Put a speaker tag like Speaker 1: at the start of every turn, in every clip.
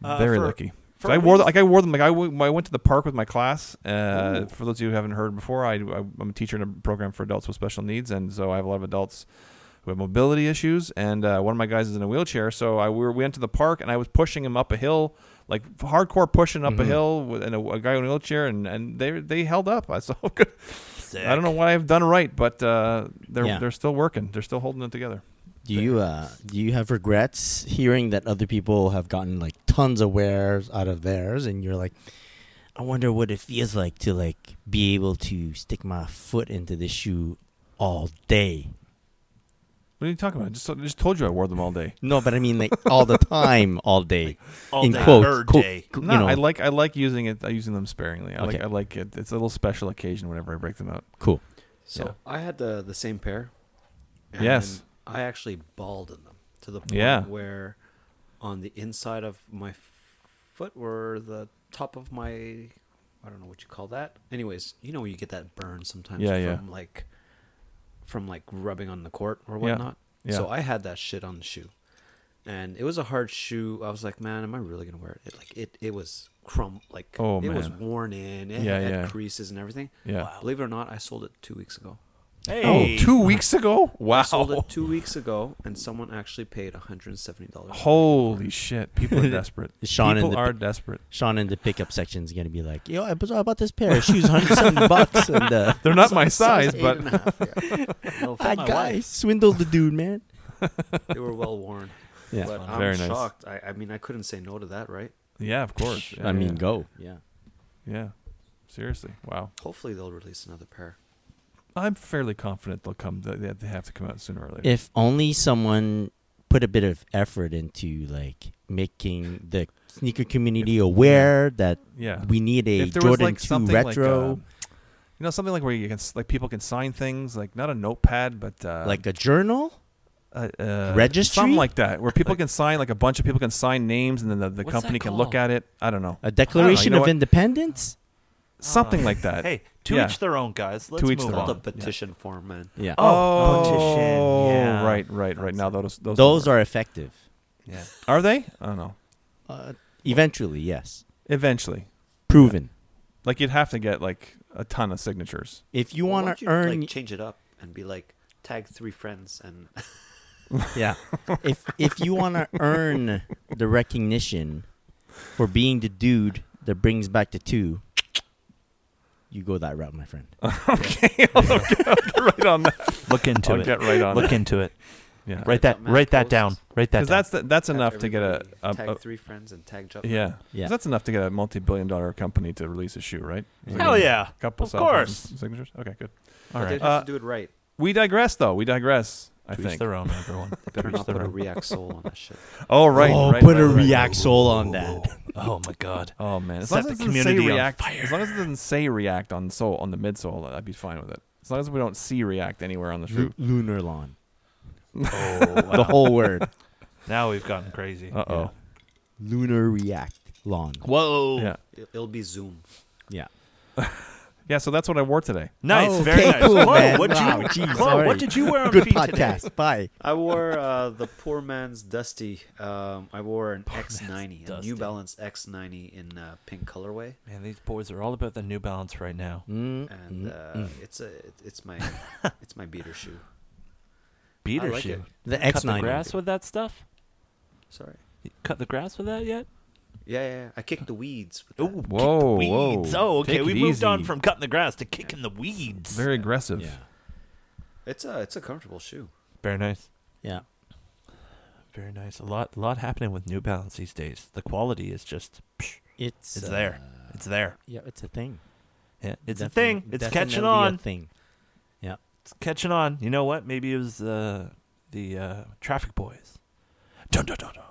Speaker 1: Uh,
Speaker 2: very
Speaker 1: for-
Speaker 2: lucky.
Speaker 1: for
Speaker 2: So I wore
Speaker 1: Wings-
Speaker 2: the, like I wore them like I, w- I went to the park with my class. Uh, for those of you who haven't heard before, I, I am a teacher in a program for adults with special needs, and so I have a lot of adults who have mobility issues. And uh, one of my guys is in a wheelchair, so I we were, we went to the park and I was pushing him up a hill, like hardcore pushing up a hill with and a, a guy in a wheelchair, and, and they they held up. I saw. I don't know what I've done right, but uh, they're
Speaker 3: Yeah.
Speaker 2: they're still working. They're still holding it together.
Speaker 3: Do you uh do you have regrets hearing that other people have gotten like tons of wares out of theirs, and you're like, I wonder what it feels like to like be able to stick my foot into this shoe all day.
Speaker 2: What are you talking about? I just I just told you I wore them all day.
Speaker 3: No, but I mean like all the time, all day.
Speaker 1: All
Speaker 3: in
Speaker 1: day,
Speaker 3: quotes,
Speaker 1: bird
Speaker 3: quote,
Speaker 1: day.
Speaker 3: qu-
Speaker 2: No,
Speaker 3: you know,
Speaker 2: I like I like using it. I using them sparingly. I like
Speaker 3: Okay.
Speaker 2: I like it. It's a little special occasion whenever I break them out.
Speaker 3: cool.
Speaker 4: So
Speaker 2: Yeah.
Speaker 4: I had the the same pair.
Speaker 2: Yes.
Speaker 4: I actually balled in them to the point
Speaker 2: Yeah.
Speaker 4: where on the inside of my f- foot were the top of my I don't know what you call that. Anyways, you know when you get that burn sometimes
Speaker 2: Yeah, yeah.
Speaker 4: from like from like rubbing on the court or
Speaker 2: Yeah.
Speaker 4: whatnot. So
Speaker 2: Yeah.
Speaker 4: I had that shit on the shoe. And it was a hard shoe. I was like, man, am I really gonna wear it? it like it it was crumb like
Speaker 2: Oh,
Speaker 4: it was
Speaker 2: man.
Speaker 4: worn in, it
Speaker 2: Yeah,
Speaker 4: had
Speaker 2: yeah.
Speaker 4: creases and everything.
Speaker 2: Yeah.
Speaker 4: Believe it or not, I sold it two weeks ago.
Speaker 1: Hey.
Speaker 2: Oh, two weeks ago!
Speaker 4: I sold
Speaker 2: Wow.
Speaker 4: it two weeks ago, and someone actually paid $170.
Speaker 2: Holy shit! People are desperate.
Speaker 3: Sean
Speaker 2: People
Speaker 3: and the-
Speaker 2: are desperate.
Speaker 3: Sean in the pickup section is gonna be like, "Yo, I bought- I bought this pair of shoes, hundred seventy bucks, and uh,
Speaker 2: They're not my size,
Speaker 4: Eight
Speaker 2: but
Speaker 4: and a half, yeah. They'll fit
Speaker 3: that
Speaker 4: my
Speaker 3: guy
Speaker 4: wife.
Speaker 3: swindled the dude, man."
Speaker 4: They were well worn.
Speaker 3: Yeah.
Speaker 4: but I'm
Speaker 2: Very nice.
Speaker 4: shocked. I, I mean, I couldn't say no to that, right?
Speaker 2: yeah, of course. Yeah,
Speaker 3: I mean,
Speaker 2: yeah.
Speaker 3: go. Yeah.
Speaker 2: Yeah. Seriously, wow.
Speaker 4: Hopefully, they'll release another pair.
Speaker 2: I'm fairly confident they'll come. They they have to come out sooner or later.
Speaker 3: If only someone put a bit of effort into like making the sneaker community aware that
Speaker 2: yeah.
Speaker 3: we need a
Speaker 2: if there was
Speaker 3: Jordan
Speaker 2: like
Speaker 3: Two
Speaker 2: something like.
Speaker 3: retro,
Speaker 2: uh, you know something like where you can s- like people can sign things like not a notepad but uh,
Speaker 3: like a journal.
Speaker 2: uh, uh,
Speaker 3: Registry?
Speaker 2: something like that, where people can sign, like a bunch of people can sign names, and then the, the
Speaker 1: What's that
Speaker 2: company can look
Speaker 1: called? Uh,
Speaker 2: at it. I don't know,
Speaker 3: A Declaration
Speaker 2: know
Speaker 3: of
Speaker 2: what?
Speaker 3: Independence?
Speaker 2: something like that.
Speaker 1: Hey, to
Speaker 2: Yeah.
Speaker 1: each their own, guys. Let's
Speaker 2: each
Speaker 1: move
Speaker 2: their
Speaker 1: on.
Speaker 4: Called a
Speaker 2: yeah.
Speaker 4: petition form, man.
Speaker 3: Yeah.
Speaker 2: oh,
Speaker 1: Petition, yeah.
Speaker 2: right, right, right. Now those those,
Speaker 3: Those
Speaker 2: don't
Speaker 3: are effective.
Speaker 1: Yeah.
Speaker 2: work. are they? I don't know.
Speaker 3: Uh, eventually, yes.
Speaker 2: Eventually,
Speaker 3: Proven.
Speaker 2: like you'd have to get like a ton of signatures.
Speaker 3: If you
Speaker 4: Why
Speaker 3: want
Speaker 4: don't
Speaker 3: to earn
Speaker 4: like, change it up and be like, tag three friends and
Speaker 3: Yeah. if if you want to earn the recognition for being the dude that brings back the two, you go that route, my friend.
Speaker 2: okay, I'll get, I'll get right on that.
Speaker 1: Look into
Speaker 2: I'll
Speaker 1: it.
Speaker 2: get right on
Speaker 1: Look
Speaker 2: it.
Speaker 1: into it.
Speaker 2: Yeah,
Speaker 1: Write that.
Speaker 4: Matt
Speaker 1: Write that
Speaker 4: Post's-
Speaker 1: down. Write that.
Speaker 2: because
Speaker 1: Down.
Speaker 2: that's the, that's
Speaker 4: Have
Speaker 2: enough to get a,
Speaker 4: everybody
Speaker 2: a,
Speaker 4: tag
Speaker 2: a
Speaker 4: three friends and tag Jutland.
Speaker 2: yeah. 'Cause
Speaker 3: Yeah.
Speaker 2: that's enough to get a multi-billion dollar company to release a shoe, right? Is it
Speaker 1: Hell
Speaker 2: gonna-
Speaker 1: yeah.
Speaker 2: A couple
Speaker 1: Of
Speaker 2: thousand
Speaker 1: course.
Speaker 2: signatures. Okay, good.
Speaker 4: But
Speaker 1: All right.
Speaker 4: they'd have
Speaker 2: Uh,
Speaker 4: to do it right.
Speaker 2: We digress, though. We digress. I
Speaker 1: To each
Speaker 2: think.
Speaker 1: their own, everyone.
Speaker 4: Better
Speaker 1: To each
Speaker 4: not
Speaker 1: their
Speaker 4: put a
Speaker 1: own.
Speaker 4: React soul on that shit.
Speaker 2: Oh right.
Speaker 3: oh,
Speaker 2: right,
Speaker 3: put
Speaker 2: right,
Speaker 3: a
Speaker 2: right.
Speaker 3: React soul on that.
Speaker 1: Oh my god.
Speaker 2: Oh man, as
Speaker 1: Set
Speaker 2: long as
Speaker 1: the
Speaker 2: it doesn't say
Speaker 1: community on
Speaker 2: React,
Speaker 1: fire.
Speaker 2: as long as it doesn't say React on soul on the midsole, I'd be fine with it. As long as we don't see React anywhere on the shoe.
Speaker 3: Lu- lunar lawn.
Speaker 1: Oh, wow.
Speaker 3: The whole word.
Speaker 1: now we've gotten crazy.
Speaker 2: Uh oh.
Speaker 3: lunar React lawn.
Speaker 1: Whoa.
Speaker 2: Yeah.
Speaker 4: It- It'll be Zoom.
Speaker 3: Yeah.
Speaker 2: Yeah. So that's what I wore today.
Speaker 1: Nice.
Speaker 3: Oh,
Speaker 1: very
Speaker 3: okay,
Speaker 1: nice.
Speaker 3: cool,
Speaker 1: Chloe,
Speaker 3: man.
Speaker 1: what'd you-
Speaker 3: Wow, geez,
Speaker 1: Chloe,
Speaker 3: sorry.
Speaker 1: what did you wear on
Speaker 3: Good
Speaker 1: feet
Speaker 3: podcast.
Speaker 1: today?
Speaker 3: Bye.
Speaker 4: I wore uh, the poor man's dusty. Um, I wore an X90, a
Speaker 1: Dusty.
Speaker 4: New Balance X90 in uh, pink colorway,
Speaker 1: Man, these boys are all about the New Balance right now.
Speaker 3: Mm,
Speaker 4: and
Speaker 3: mm,
Speaker 1: Mm-hmm.
Speaker 4: uh,
Speaker 3: mm.
Speaker 4: it's a it's my it's my beater shoe.
Speaker 1: Beater
Speaker 4: I like
Speaker 1: shoe.
Speaker 4: it.
Speaker 3: the
Speaker 1: Cut the grass
Speaker 3: X9.
Speaker 1: with that stuff.
Speaker 4: Sorry.
Speaker 1: You cut the grass with that yet?
Speaker 4: Yeah, yeah, yeah. I kicked the weeds. With
Speaker 1: Ooh,
Speaker 4: that.
Speaker 1: kick
Speaker 2: Whoa,
Speaker 1: the weeds.
Speaker 2: whoa.
Speaker 1: Oh, okay.
Speaker 2: Take it
Speaker 1: we moved on
Speaker 2: easy.
Speaker 1: from cutting the grass to kicking the weeds.
Speaker 2: Very aggressive.
Speaker 3: Yeah.
Speaker 4: It's a it's a comfortable shoe.
Speaker 1: Very nice.
Speaker 3: Yeah.
Speaker 1: Very nice. A lot, lot happening with New Balance these days. The quality is just, psh,
Speaker 3: It's
Speaker 1: It's there.
Speaker 3: uh,
Speaker 1: it's there.
Speaker 3: Yeah, it's a thing.
Speaker 1: Yeah, it's a
Speaker 3: Defin-
Speaker 1: thing. It's catching
Speaker 3: definitely
Speaker 1: on.
Speaker 3: A thing.
Speaker 1: It's catching on. You know what? Maybe it was uh, the uh, Traffic Boys. Dun dun dun. dun.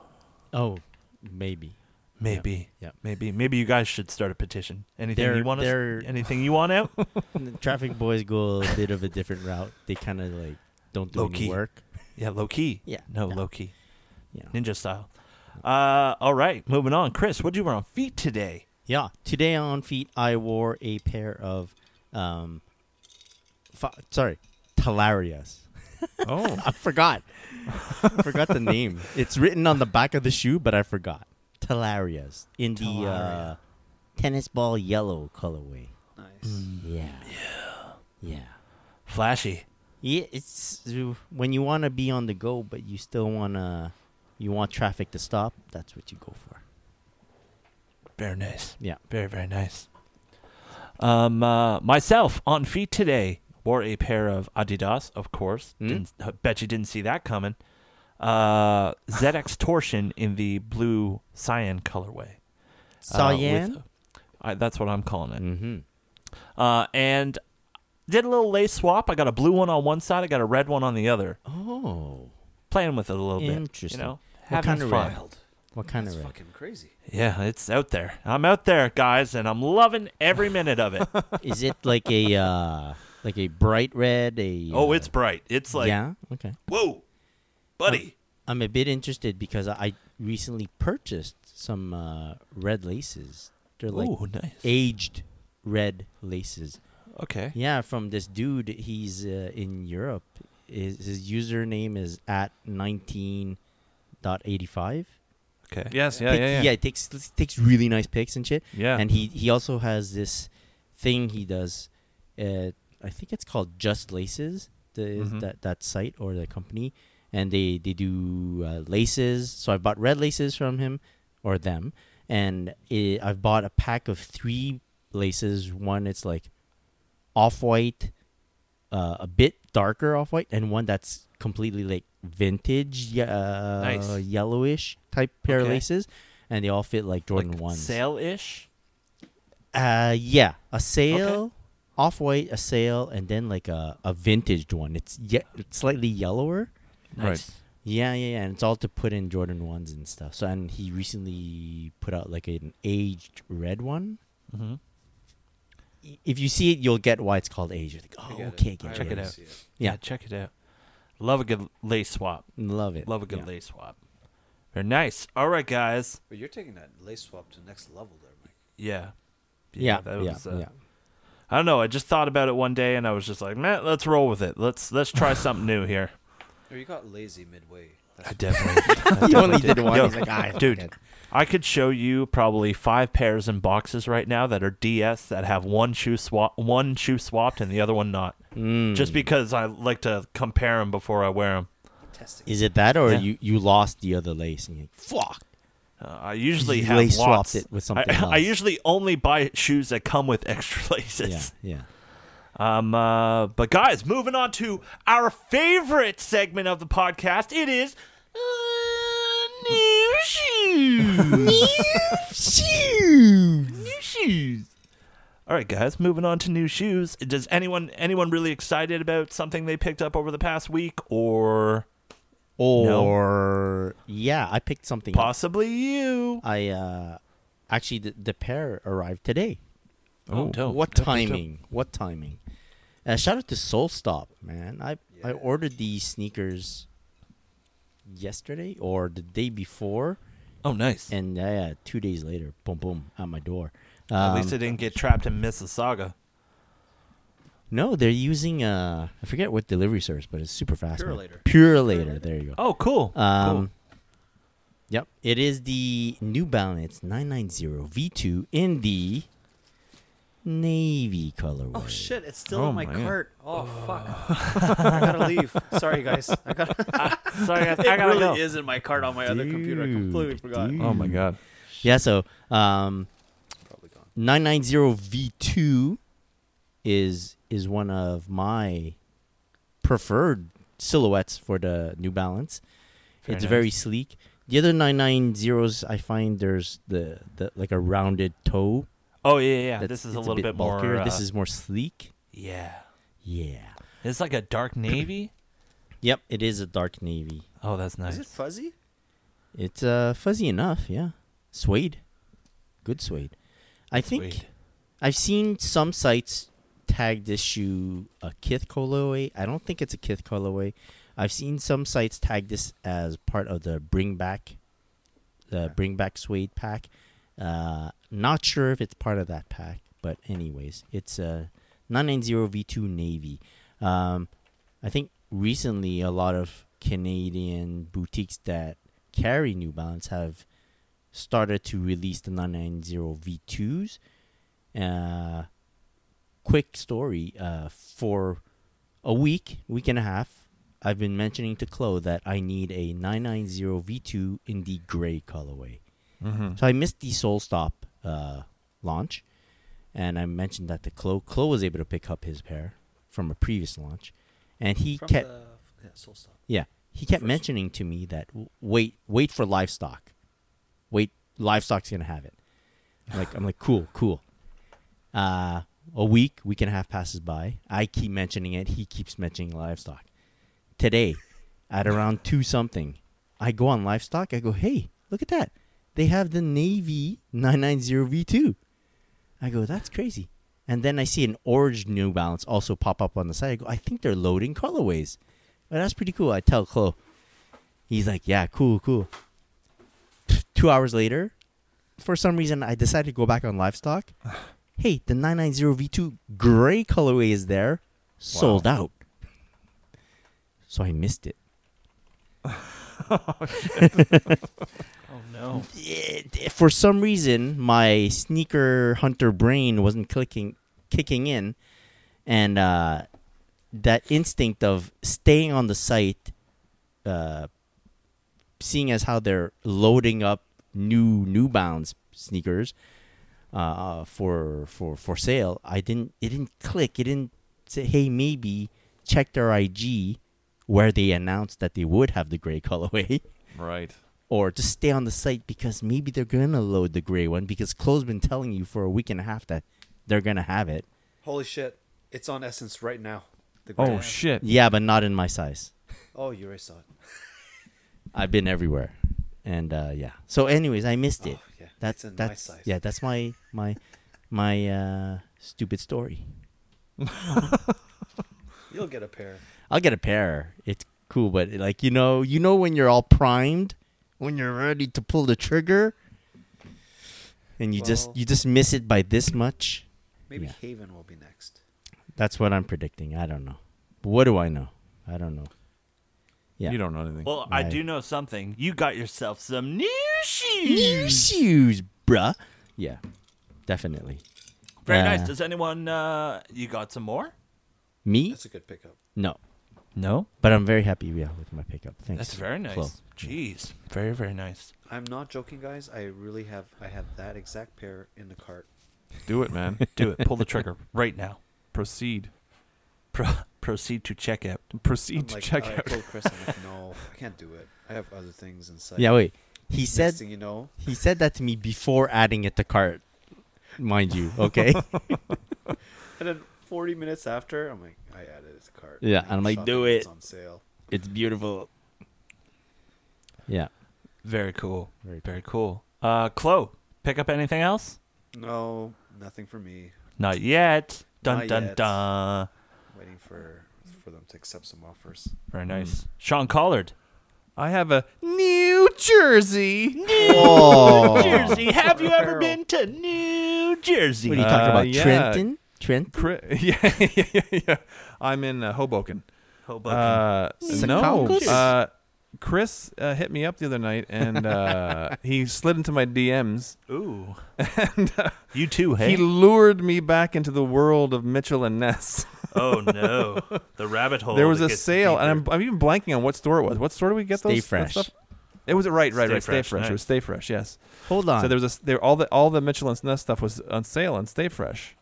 Speaker 3: Oh, maybe.
Speaker 1: Maybe.
Speaker 3: yep.
Speaker 1: Maybe. Maybe you guys should start a petition. Anything
Speaker 3: They're-
Speaker 1: you want? us-
Speaker 3: they're-
Speaker 1: anything you want out?
Speaker 3: And the traffic boys go a bit of a different route. They kind of like don't do
Speaker 1: Low
Speaker 3: any
Speaker 1: key.
Speaker 3: work.
Speaker 1: yeah, low key.
Speaker 3: Yeah,
Speaker 1: No,
Speaker 3: no.
Speaker 1: low key.
Speaker 3: Yeah.
Speaker 1: Ninja style. Uh, all right. Moving on. Chris, what'd you wear on feet today?
Speaker 3: Yeah. Today on feet, I wore a pair of, um, fa- sorry, talarias.
Speaker 2: Oh.
Speaker 3: I forgot. forgot the name. It's written on the back of the shoe, but I forgot. Talarias in the uh,
Speaker 1: Talaria.
Speaker 3: tennis ball yellow colorway.
Speaker 4: Nice.
Speaker 1: Mm.
Speaker 3: Yeah. Yeah. Yeah.
Speaker 1: Flashy.
Speaker 3: Yeah, it's uh, when you want to be on the go, but you still want to, you want traffic to stop. That's what you go
Speaker 1: Uh,
Speaker 3: for.
Speaker 1: Very nice.
Speaker 3: Yeah.
Speaker 1: Very, very nice. Um, uh, myself on feet today wore a pair of Adidas, of course.
Speaker 3: Mm.
Speaker 1: Didn't, I bet you didn't see that coming. Uh, ZX Torsion in the blue cyan colorway. Uh, with-
Speaker 3: Cyan.
Speaker 1: I, that's what I'm calling it.
Speaker 3: mm-hmm.
Speaker 1: Uh, and did a little lace swap. I got a blue one on one side. I got a red one on the other.
Speaker 3: Oh,
Speaker 1: Playing with it a little bit. You
Speaker 3: Interesting.
Speaker 1: know,
Speaker 3: What
Speaker 1: having
Speaker 3: kind of
Speaker 1: fun.
Speaker 3: red? what kind
Speaker 4: That's
Speaker 3: of red?
Speaker 4: fucking crazy.
Speaker 1: Yeah, it's out there. I'm out there, guys, and I'm loving every minute of it.
Speaker 3: Is it like a uh, like a bright red? A
Speaker 1: Oh,
Speaker 3: uh,
Speaker 1: it's bright. It's like,
Speaker 3: yeah. Okay.
Speaker 1: whoa, buddy.
Speaker 3: I'm a bit interested because I recently purchased some uh, red laces. They're like
Speaker 1: Ooh, nice.
Speaker 3: aged red laces.
Speaker 1: Okay.
Speaker 3: Yeah, from this dude. He's uh, in Europe. His, his username is at nineteen dot eighty five.
Speaker 1: Okay.
Speaker 2: Yes. Yeah. Yeah. Yeah.
Speaker 3: it takes takes really nice pics and shit.
Speaker 2: Yeah.
Speaker 3: And he he also has this thing he does. Uh, I think it's called Just Laces. The
Speaker 2: Mm-hmm.
Speaker 1: Mhm.
Speaker 3: that that site or the company, and they they do uh, laces. So I bought red laces from him or them, and it, I've bought a pack of three laces. One it's like off white, uh, a bit darker off white, and one that's completely like vintage, uh, yellowish type pair of
Speaker 1: Okay.
Speaker 3: laces, and they all fit like Jordan
Speaker 1: like
Speaker 3: ones.
Speaker 1: Sale ish.
Speaker 3: Uh, yeah, a sale, off white, a sale, and then like a a vintage one. It's yeah, it's slightly yellower.
Speaker 2: Right.
Speaker 1: Nice.
Speaker 3: Yeah, yeah, yeah. And it's all to put in Jordan ones and stuff. So and he recently put out like an aged red one.
Speaker 1: hmm
Speaker 3: I- If you see it, you'll get why it's called aged. Like, oh,
Speaker 4: I get it.
Speaker 3: okay,
Speaker 4: I
Speaker 3: get
Speaker 1: Check it
Speaker 4: already
Speaker 1: out.
Speaker 4: see it.
Speaker 3: Yeah.
Speaker 1: Check it out. Love a good lace swap.
Speaker 3: Love it.
Speaker 1: Love a good
Speaker 3: yeah.
Speaker 1: lace swap. Very nice. All right, guys.
Speaker 4: But you're taking that lace swap to the next level there, Mike.
Speaker 1: Yeah.
Speaker 3: Yeah, yeah,
Speaker 1: that was, uh,
Speaker 3: yeah.
Speaker 1: I don't know. I just thought about it one day, and I was just like, man, let's roll with it. Let's let's try something new here.
Speaker 4: Or Oh, you got lazy midway.
Speaker 1: I
Speaker 4: That's
Speaker 1: definitely.
Speaker 3: he only did one.
Speaker 1: Yo,
Speaker 3: He's like, ah,
Speaker 1: dude.
Speaker 3: fuck it."
Speaker 1: I could show you probably five pairs in boxes right now that are DS that have one shoe swap, one shoe swapped, and the other one not.
Speaker 3: Mm.
Speaker 1: Just because I like to compare them before I wear them.
Speaker 4: testing.
Speaker 3: Is it that, or
Speaker 1: Yeah.
Speaker 3: you you lost the other lace and you're like, fuck?
Speaker 1: Uh, I usually
Speaker 3: You
Speaker 1: have
Speaker 3: lace swapped
Speaker 1: lots.
Speaker 3: it with
Speaker 1: I-
Speaker 3: something
Speaker 1: I,
Speaker 3: else.
Speaker 1: usually only buy shoes that come with extra
Speaker 3: Yeah,
Speaker 1: laces.
Speaker 3: yeah.
Speaker 1: Um, uh, but guys, moving on to our favorite segment of the podcast. It is uh, new shoes.
Speaker 3: Shoes.
Speaker 1: new shoes. All right, guys. Moving on to new shoes. Does anyone anyone really excited about something they picked up over the past week, or
Speaker 3: Or yeah, I picked something. up.
Speaker 1: possibly you?
Speaker 3: I uh, actually the, the pair arrived today.
Speaker 1: Oh, dope.
Speaker 3: what
Speaker 2: that picked up.
Speaker 3: timing? What timing? Uh, shout out to Soul Stop, man. I I ordered these sneakers yesterday or the day before,
Speaker 1: Oh, nice.
Speaker 3: and uh, two days later, boom, boom, at my door.
Speaker 1: At least
Speaker 3: Um,
Speaker 1: I didn't get trapped in Mississauga.
Speaker 3: No, they're using uh, I forget what delivery service, but it's super fast. man.
Speaker 4: Purelator.
Speaker 3: Purelator. There you go.
Speaker 1: Oh, cool.
Speaker 3: Um,
Speaker 1: cool.
Speaker 3: Yep. It is the New Balance 990 V2 in the navy colorway.
Speaker 4: Oh shit! It's still
Speaker 2: Oh
Speaker 4: in my
Speaker 2: my God.
Speaker 4: cart. Oh fuck! I gotta leave. Sorry guys. I gotta.
Speaker 1: Sorry, I, I
Speaker 4: It
Speaker 1: gotta
Speaker 4: really
Speaker 1: go.
Speaker 4: is in my cart on my other computer. I completely
Speaker 3: Dude,
Speaker 4: forgot.
Speaker 3: dude.
Speaker 2: Oh my god.
Speaker 3: Yeah, so um,
Speaker 4: Probably gone.
Speaker 3: 990V2 is is one of my preferred silhouettes for the New Balance.
Speaker 1: Very
Speaker 3: it's
Speaker 1: nice.
Speaker 3: very sleek. The other 990s I find there's the, the like a rounded toe.
Speaker 1: Oh yeah, yeah. yeah.
Speaker 3: that's-
Speaker 1: This is
Speaker 3: it's
Speaker 1: a little bit,
Speaker 3: bulkier.
Speaker 1: more. Uh,
Speaker 3: this is more sleek.
Speaker 1: yeah.
Speaker 3: Yeah.
Speaker 1: It's like a dark navy.
Speaker 3: Yep, it is a dark navy.
Speaker 1: Oh, that's
Speaker 4: Is it
Speaker 1: nice.
Speaker 4: fuzzy?
Speaker 3: It's uh fuzzy enough, yeah. Suede. Good suede. I think
Speaker 1: Sweet.
Speaker 3: I've seen some sites tag this shoe a Kith colorway. I don't think it's a Kith colorway. I've seen some sites tag this as part of the Bring Back, the Bring Back Suede pack. Uh, not sure if it's part of that pack, but anyways, it's a 990 V2 navy. Um, I think recently a lot of Canadian boutiques that carry New Balance have started to release the 990 V2s uh, quick story uh, for a week, week and a half. I've been mentioning to Chloe that I need a 990 V2 in the gray colorway.
Speaker 2: Mm-hmm.
Speaker 3: So I missed the Soul Stop uh, launch, and I mentioned that to Chloe. Chloe was able to pick up his pair from a previous launch, and he
Speaker 4: From
Speaker 3: kept
Speaker 4: the yeah, soul stop.
Speaker 3: yeah, he kept
Speaker 4: First.
Speaker 3: mentioning to me that "W- wait, wait for livestock, wait, livestock's gonna have it. I'm like I'm like cool, cool. Uh, a week, week and a half passes by. I keep mentioning it. He keeps mentioning livestock. Today, at around two something, I go on livestock. I go, hey, look at that. They have the Navy 990 V2. I go, that's crazy. And then I see an orange New Balance also pop up on the side. I go, I think they're loading colorways. But that's pretty cool. I tell Chloe. He's like, yeah, cool, cool. Two hours later, for some reason, I decided to go back on livestock. hey, the 990 V2 gray colorway is there, sold out. So I missed it.
Speaker 1: Oh no.
Speaker 3: it- eh, for some reason my sneaker hunter brain wasn't clicking kicking in and uh, that instinct of staying on the site uh, seeing as how they're loading up new new bounds sneakers uh, for for for sale i didn't it didn't click it didn't say hey maybe check their ig where they announced that they would have the gray colorway
Speaker 2: Right.
Speaker 3: or just stay on the site because maybe they're gonna load the gray one because Chloe's been telling you for a week and a half that they're gonna have it.
Speaker 4: Holy shit! It's on Essence right now. The
Speaker 2: Oh
Speaker 4: grand-
Speaker 2: shit.
Speaker 3: Yeah, but not in my size.
Speaker 4: Oh, you already saw it.
Speaker 3: I've been everywhere, and uh, yeah. So, anyways, I missed it.
Speaker 4: Oh, yeah.
Speaker 3: That's
Speaker 4: It's in my
Speaker 3: that's
Speaker 4: size.
Speaker 3: yeah. That's my my my uh, stupid story.
Speaker 4: You'll get a pair.
Speaker 3: I'll get a pair. It's cool, but like you know, you know when you're all primed, when you're ready to pull the trigger, and you just
Speaker 4: Well-
Speaker 3: you just miss it by this much.
Speaker 4: Maybe
Speaker 3: Yeah.
Speaker 4: Haven will be next.
Speaker 3: That's what I'm predicting. I don't know. But what do I know? I don't know. Yeah.
Speaker 2: You don't know anything.
Speaker 1: Well, I
Speaker 3: Right.
Speaker 1: do know something. You got yourself some new shoes.
Speaker 3: New shoes, bruh. Yeah, definitely.
Speaker 1: Very
Speaker 3: Uh,
Speaker 1: nice. Does anyone? Uh, you got some more?
Speaker 3: Me?
Speaker 4: That's a good pickup.
Speaker 3: No.
Speaker 1: No,
Speaker 3: But I'm very happy, yeah, with my pickup. Thanks.
Speaker 1: that's very nice.
Speaker 3: Flo.
Speaker 1: Jeez, very very nice.
Speaker 4: I'm not joking, guys. I really have. I have that exact pair in the cart.
Speaker 2: Do it, man.
Speaker 1: Do it. Pull the trigger right now.
Speaker 2: Proceed.
Speaker 1: Pro- proceed to checkout.
Speaker 2: Proceed
Speaker 4: I'm
Speaker 2: to
Speaker 4: like,
Speaker 2: check
Speaker 4: I
Speaker 2: out.
Speaker 4: told Chris, I'm like, no, I can't do it. I have other things in sight.
Speaker 3: Yeah, wait. He
Speaker 4: Next
Speaker 3: said
Speaker 4: thing you know,
Speaker 3: he said that to me before adding it to cart, mind you. Okay.
Speaker 4: and then 40 minutes after, I'm like, I added it to cart.
Speaker 3: Yeah,
Speaker 4: I
Speaker 3: and I'm like,
Speaker 4: saw
Speaker 3: do
Speaker 4: that It's
Speaker 3: it.
Speaker 4: on sale.
Speaker 3: it's beautiful. Yeah.
Speaker 1: Very cool.
Speaker 3: Very
Speaker 1: Very cool. Uh, Chloe, pick up anything else?
Speaker 4: No, nothing for me.
Speaker 1: Not yet. Dun
Speaker 4: Not
Speaker 1: dun
Speaker 4: yet.
Speaker 1: dun.
Speaker 4: Waiting for for them to accept some offers.
Speaker 1: Very nice. Sean Collard.
Speaker 2: I have a New Jersey.
Speaker 3: Oh.
Speaker 1: Jersey. Have you ever
Speaker 4: Apparel.
Speaker 1: been to New Jersey?
Speaker 3: What are you talking
Speaker 2: Uh,
Speaker 3: about?
Speaker 2: yeah.
Speaker 3: Trenton? Trent?
Speaker 2: Cri- yeah, yeah, yeah, yeah. I'm in uh, Hoboken.
Speaker 1: Hoboken.
Speaker 2: Uh, no.
Speaker 3: Secaucus?
Speaker 2: Uh, Chris uh, hit me up the other night and uh, he slid into my DMs.
Speaker 1: Ooh. you too, hey?
Speaker 2: He lured me back into the world of Mitchell and Ness.
Speaker 1: oh, no. The rabbit hole.
Speaker 2: there was
Speaker 1: that
Speaker 2: a
Speaker 1: gets
Speaker 2: sale, and I'm,
Speaker 1: deeper.
Speaker 2: I'm even blanking on what store it was. What store do we get
Speaker 3: Stay
Speaker 2: those? that
Speaker 3: fresh.
Speaker 2: stuff? It was right, right,
Speaker 1: Stay
Speaker 2: right.
Speaker 1: Fresh,
Speaker 2: Stay fresh. It was
Speaker 1: nice.
Speaker 2: Stay Fresh. Yes.
Speaker 3: Hold on.
Speaker 2: So there was a there all the all the Michelin's Nest stuff was on sale on Stay Fresh.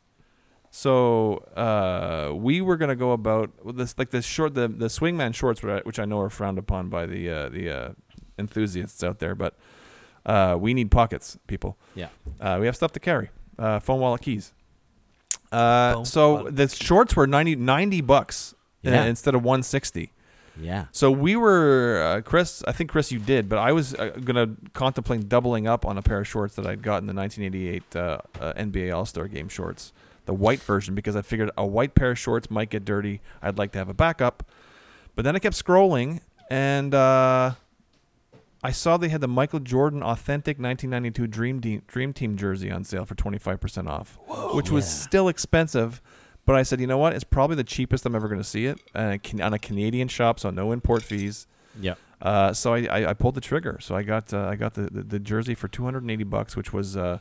Speaker 2: So uh, we were gonna go about with this like this short the the swingman shorts were- which I know are frowned upon by the uh, the uh, enthusiasts out there, but uh, we need pockets, people.
Speaker 3: yeah.
Speaker 2: Uh, we have stuff to carry, uh, phone wallet keys. Uh,
Speaker 1: Phone
Speaker 2: so
Speaker 1: wallet
Speaker 2: the shorts were 90, 90 bucks uh,
Speaker 3: Yeah.
Speaker 2: instead of one sixty.
Speaker 3: Yeah.
Speaker 2: So we were, uh, Chris. I think Chris, you did, but I was uh, gonna contemplate doubling up on a pair of shorts that I'd got in the 1988 uh, uh, NBA All Star Game shorts, the white version, because I figured a white pair of shorts might get dirty. I'd like to have a backup. But then I kept scrolling, and uh, I saw they had the Michael Jordan authentic 1992 Dream Team, Dream Team jersey on sale for 25% off, which was
Speaker 3: Oh, Yeah.
Speaker 2: still expensive. But I said, you know what? It's probably the cheapest I'm ever going to see it uh, can- on a Canadian shop, so no import fees.
Speaker 3: Yeah.
Speaker 2: Uh, so I, I, I pulled the trigger. So I got uh, I got the, the, the jersey for 280 bucks, which was uh,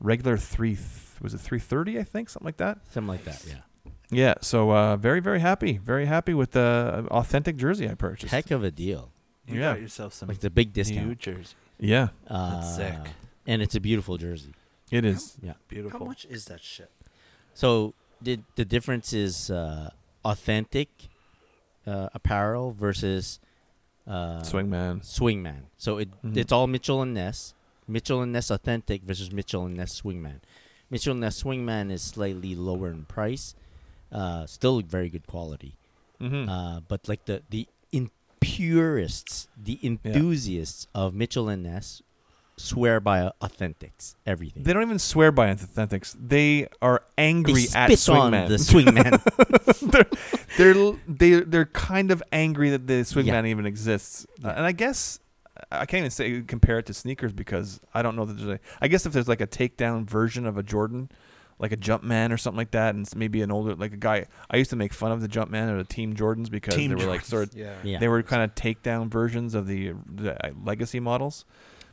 Speaker 2: regular three th- was it 330 I think something like that.
Speaker 3: Something like that, yeah.
Speaker 2: Yeah. So uh, very very happy, very happy with the uh, authentic jersey I purchased.
Speaker 3: Heck of a deal.
Speaker 1: You
Speaker 2: yeah.
Speaker 1: got yourself some
Speaker 3: Like the big
Speaker 1: New
Speaker 3: discount.
Speaker 1: Jersey.
Speaker 2: Yeah,
Speaker 3: Uh,
Speaker 1: That's sick.
Speaker 3: And it's a beautiful jersey.
Speaker 2: it is.
Speaker 3: Yeah.
Speaker 1: Beautiful.
Speaker 4: How much is that shit?
Speaker 3: So the the difference is uh, authentic uh, apparel versus uh,
Speaker 2: Swingman.
Speaker 3: swingman. So it
Speaker 1: Mm-hmm.
Speaker 2: Mhm.
Speaker 3: it's all Mitchell and Ness. Mitchell and Ness authentic versus Mitchell and Ness swingman. Mitchell and Ness swingman is slightly lower in price, uh, still very good quality.
Speaker 1: Hmm.
Speaker 2: Mm-hmm.
Speaker 3: Uh, but like the the in purists, the enthusiasts of Mitchell and Ness swear by uh, authentics everything.
Speaker 2: They don't even swear by authentics. They are angry
Speaker 3: they
Speaker 2: at
Speaker 3: spit on
Speaker 2: swingman.
Speaker 3: the swingman.
Speaker 2: they're l- they they're kind of angry that the swingman even exists. Uh,
Speaker 3: Yeah.
Speaker 2: and I guess I can't even say compare it to sneakers because I don't know that there's a. I guess if there's like a takedown version of a Jordan, like a Jumpman or something like that, and s- maybe an older like a guy. I used to make fun of the Jumpman or the Team Jordans because
Speaker 1: Team
Speaker 2: they were like
Speaker 1: Jordans.
Speaker 2: sort of
Speaker 4: Yeah.
Speaker 3: yeah.
Speaker 2: they were kind of takedown versions of the, the uh, legacy models.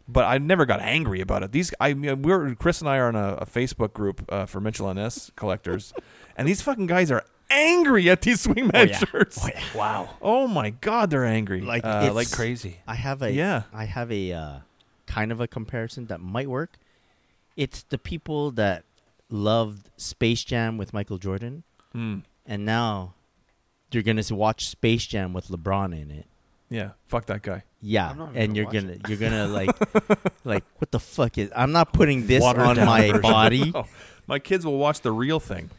Speaker 2: But I never got angry about it. These, I mean, we were Chris and I are on a, a Facebook group uh, for Mitchell and S collectors, and these fucking guys are angry at these swingman
Speaker 3: Oh, yeah.
Speaker 2: shirts.
Speaker 3: Oh,
Speaker 2: Oh,
Speaker 3: yeah.
Speaker 1: Wow.
Speaker 2: my god, they're angry.
Speaker 3: Like,
Speaker 2: Uh,
Speaker 3: it's-
Speaker 2: like crazy.
Speaker 1: Crazy.
Speaker 3: I have a
Speaker 2: Yeah.
Speaker 3: I have a uh, kind of a comparison that might work. It's the people that loved Space Jam with Michael Jordan,
Speaker 2: Mm,
Speaker 3: and now they're gonna s- watch Space Jam with LeBron in it.
Speaker 2: yeah, fuck that guy.
Speaker 3: Yeah,
Speaker 4: I'm not even
Speaker 3: and
Speaker 4: gonna
Speaker 3: you're
Speaker 4: watch
Speaker 3: gonna
Speaker 4: it.
Speaker 3: you're gonna like like what the fuck is? I'm not putting this
Speaker 1: Watered
Speaker 3: on
Speaker 1: down
Speaker 3: my
Speaker 1: version.
Speaker 3: body.
Speaker 2: Oh, my kids will watch the real thing.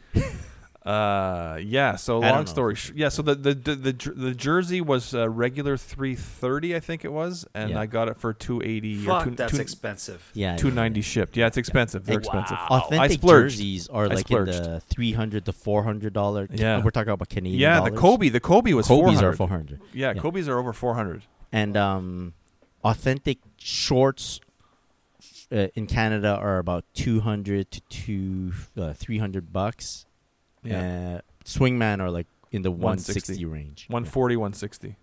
Speaker 2: Uh, yeah. So
Speaker 3: I don't know.
Speaker 2: long story. Sh- yeah. So the the the the, jer- the jersey was uh, regular three thirty, I think it was, and
Speaker 3: Yeah.
Speaker 2: I got it for two eighty.
Speaker 4: Fuck,
Speaker 2: or two,
Speaker 4: that's
Speaker 2: two-
Speaker 4: expensive.
Speaker 3: Yeah,
Speaker 2: Two ninety shipped. Yeah, it's expensive. They're
Speaker 3: Wow.
Speaker 2: expensive.
Speaker 1: Wow.
Speaker 2: I
Speaker 3: Authentic
Speaker 2: splurged.
Speaker 3: jerseys are
Speaker 2: I
Speaker 3: like in the
Speaker 2: splurged.
Speaker 3: three hundred to four hundred dollar.
Speaker 2: Yeah.
Speaker 3: we're talking about Canadian.
Speaker 2: Yeah, the
Speaker 3: dollars.
Speaker 2: Kobe. The Kobe was
Speaker 3: Kobe's
Speaker 2: 400.
Speaker 3: are four hundred.
Speaker 2: Yeah,
Speaker 3: Yeah.
Speaker 2: Kobe's are over four hundred.
Speaker 3: and um, authentic shorts uh, in Canada are about two hundred to two uh, three hundred bucks. Uh, swingman are like in the one
Speaker 2: 160.
Speaker 3: sixty range.
Speaker 2: One
Speaker 3: Yeah.
Speaker 2: forty, one sixty.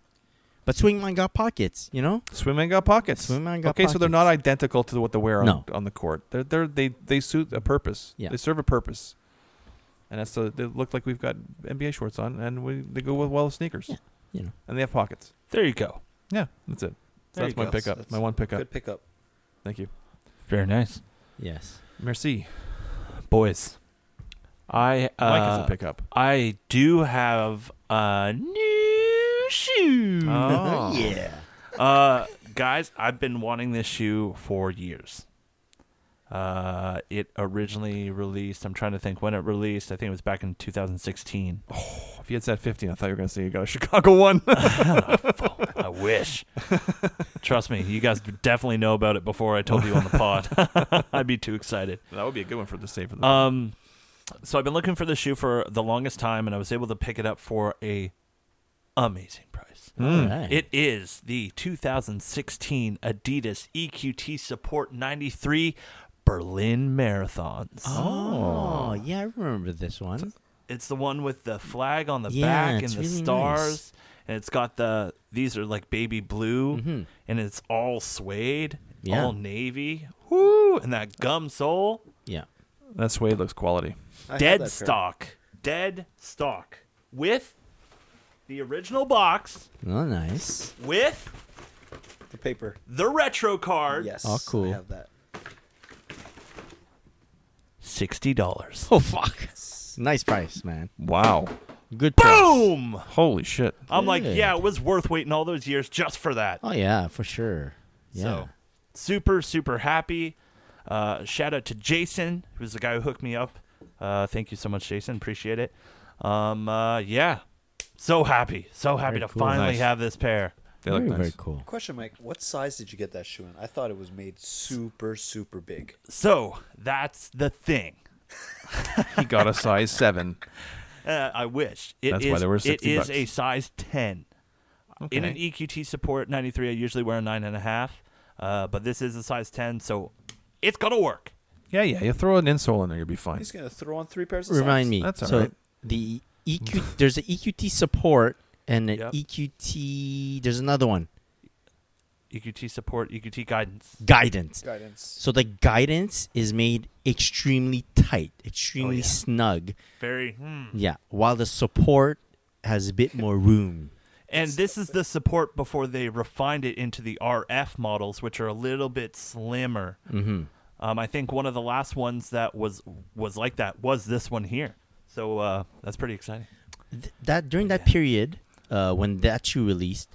Speaker 3: But swingman got pockets, you know.
Speaker 2: Swingman got pockets.
Speaker 3: Swingman got
Speaker 2: okay, so they're not identical to what they wear on,
Speaker 3: No.
Speaker 2: on the court. They're, they're they they suit a purpose.
Speaker 3: Yeah.
Speaker 2: They serve a purpose. And that's the they look like we've got NBA shorts on, and we they go with well with sneakers.
Speaker 3: Yeah. you know.
Speaker 2: and they have pockets.
Speaker 1: There you go.
Speaker 2: Yeah, that's it. So
Speaker 1: There
Speaker 2: that's
Speaker 1: you
Speaker 2: my
Speaker 4: go.
Speaker 2: pickup.
Speaker 4: That's
Speaker 2: my one pickup.
Speaker 4: Good pickup.
Speaker 2: Thank you.
Speaker 1: Very nice,
Speaker 3: Yes.
Speaker 2: Merci.
Speaker 1: boys. I uh,
Speaker 2: Mike has a pickup.
Speaker 1: I do have a new shoe.
Speaker 2: Oh.
Speaker 3: yeah.
Speaker 1: uh, guys, I've been wanting this shoe for years. Uh, it originally released. I'm trying to think when it released. I think it was back in 2016.
Speaker 2: If you had said 15, I thought you were going to say you got a Chicago one.
Speaker 1: I wish. Trust me, you guys definitely know about it before I told you on the pod. I'd be too excited.
Speaker 2: that would be a good one for the save for the.
Speaker 1: Um, so I've been looking for this shoe for the longest time, and I was able to pick it up for a amazing price.
Speaker 2: Mm.
Speaker 3: Alright.
Speaker 1: It is the 2016 Adidas EQT Support 93 Berlin Marathons.
Speaker 3: Oh, yeah, I remember this one.
Speaker 1: It's the one with the flag on the
Speaker 3: Yeah,
Speaker 1: back and
Speaker 3: it's
Speaker 1: the
Speaker 3: really nice.
Speaker 1: stars. And it's got the these are like baby blue and it's all suede,
Speaker 3: Mm-hmm. Yeah.
Speaker 1: all navy. Woo! And that gum sole,
Speaker 3: Yeah.
Speaker 2: That suede looks quality.
Speaker 4: I have that pair.
Speaker 1: dead stock. Dead stock with the original box
Speaker 3: Oh, nice.
Speaker 1: with
Speaker 4: The paper.
Speaker 1: the retro card.
Speaker 4: Yes.
Speaker 3: Oh, cool.
Speaker 4: I have that.
Speaker 1: $60.
Speaker 3: Oh fuck. Nice price, man.
Speaker 2: Wow.
Speaker 3: Good price.
Speaker 1: Boom!
Speaker 2: Holy shit.
Speaker 1: I'm like,
Speaker 3: Good.
Speaker 1: yeah, it was worth waiting all those years just for that.
Speaker 3: Oh yeah, for sure. Yeah.
Speaker 1: So super, super happy. Uh, shout out to Jason, who's the guy who hooked me up. Uh, thank you so much, Jason. Appreciate it. Um, uh, yeah, so happy, so happy
Speaker 3: Very
Speaker 1: to
Speaker 3: cool.
Speaker 1: finally
Speaker 2: Nice.
Speaker 1: have this pair.
Speaker 2: They
Speaker 3: very,
Speaker 2: look nice.
Speaker 3: very cool.
Speaker 4: Question, Mike. What size did you get that shoe in? I thought it was made super, super big.
Speaker 1: So that's the thing.
Speaker 2: He got a size 7.
Speaker 1: Uh, I wish it
Speaker 2: That's
Speaker 1: is-
Speaker 2: why they were
Speaker 1: it
Speaker 2: 60
Speaker 1: is
Speaker 2: bucks.
Speaker 1: a size ten. In an e-
Speaker 2: Okay.
Speaker 1: EQT support 93, I usually wear a nine and a half, uh, but this is a size 10, so it's gonna work.
Speaker 2: Yeah, yeah. You throw an insole in there, you'll be fine.
Speaker 4: He's gonna throw on three pairs of
Speaker 3: Remind
Speaker 4: socks.
Speaker 3: me.
Speaker 2: That's
Speaker 3: so
Speaker 2: alright.
Speaker 3: the EQ there's an EQT support and an
Speaker 1: Yep.
Speaker 3: EQT there's another one.
Speaker 1: EQT E support, EQT guidance.
Speaker 3: Guidance.
Speaker 4: Guidance.
Speaker 3: So the guidance is made extremely tight, extremely
Speaker 1: yeah.
Speaker 3: snug.
Speaker 1: Very hmm.
Speaker 3: Yeah. While the support has a bit more room.
Speaker 1: And this is the support before they refined it into the RF models, which are a little bit slimmer. Mm-hmm. Um, I think one of the last ones that was was like that was this one here. So uh, that's pretty exciting.
Speaker 3: Th- that during that period, uh, when that shoe released,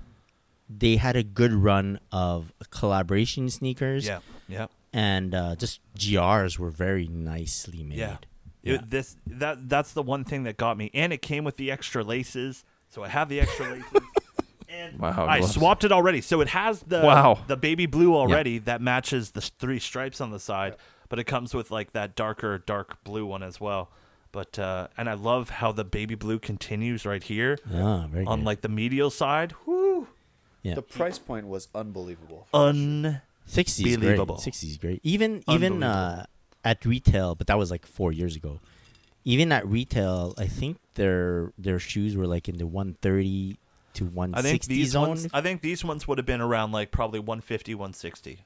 Speaker 3: they had a good run of collaboration sneakers.
Speaker 1: Yeah, yeah,
Speaker 3: And uh, just GRs were very nicely made.
Speaker 1: yeah.
Speaker 3: Yeah.
Speaker 1: It- this that that's the one thing that got me, and it came with the extra laces. So I have the extra laces. And
Speaker 3: Oh,
Speaker 2: Wow,
Speaker 1: I
Speaker 2: gloves.
Speaker 1: swapped it already, so it has the
Speaker 2: Wow.
Speaker 1: the baby blue already that matches the s- three stripes on the side, but it comes with like that darker dark blue one as well. But uh, and I love how the baby blue continues right here
Speaker 3: Ah, very
Speaker 1: on
Speaker 3: good.
Speaker 1: like the medial side. Whoo,
Speaker 3: yeah.
Speaker 4: The price point was unbelievable.
Speaker 1: un
Speaker 3: 60s
Speaker 1: Believable.
Speaker 3: great. 60s great. Even even uh, at retail, but that was like 4 years ago. Even at retail, I think their their shoes were like in the 130 to 160
Speaker 1: I think these
Speaker 3: zone.
Speaker 1: ones. I think these ones would have been around like probably 150, 160.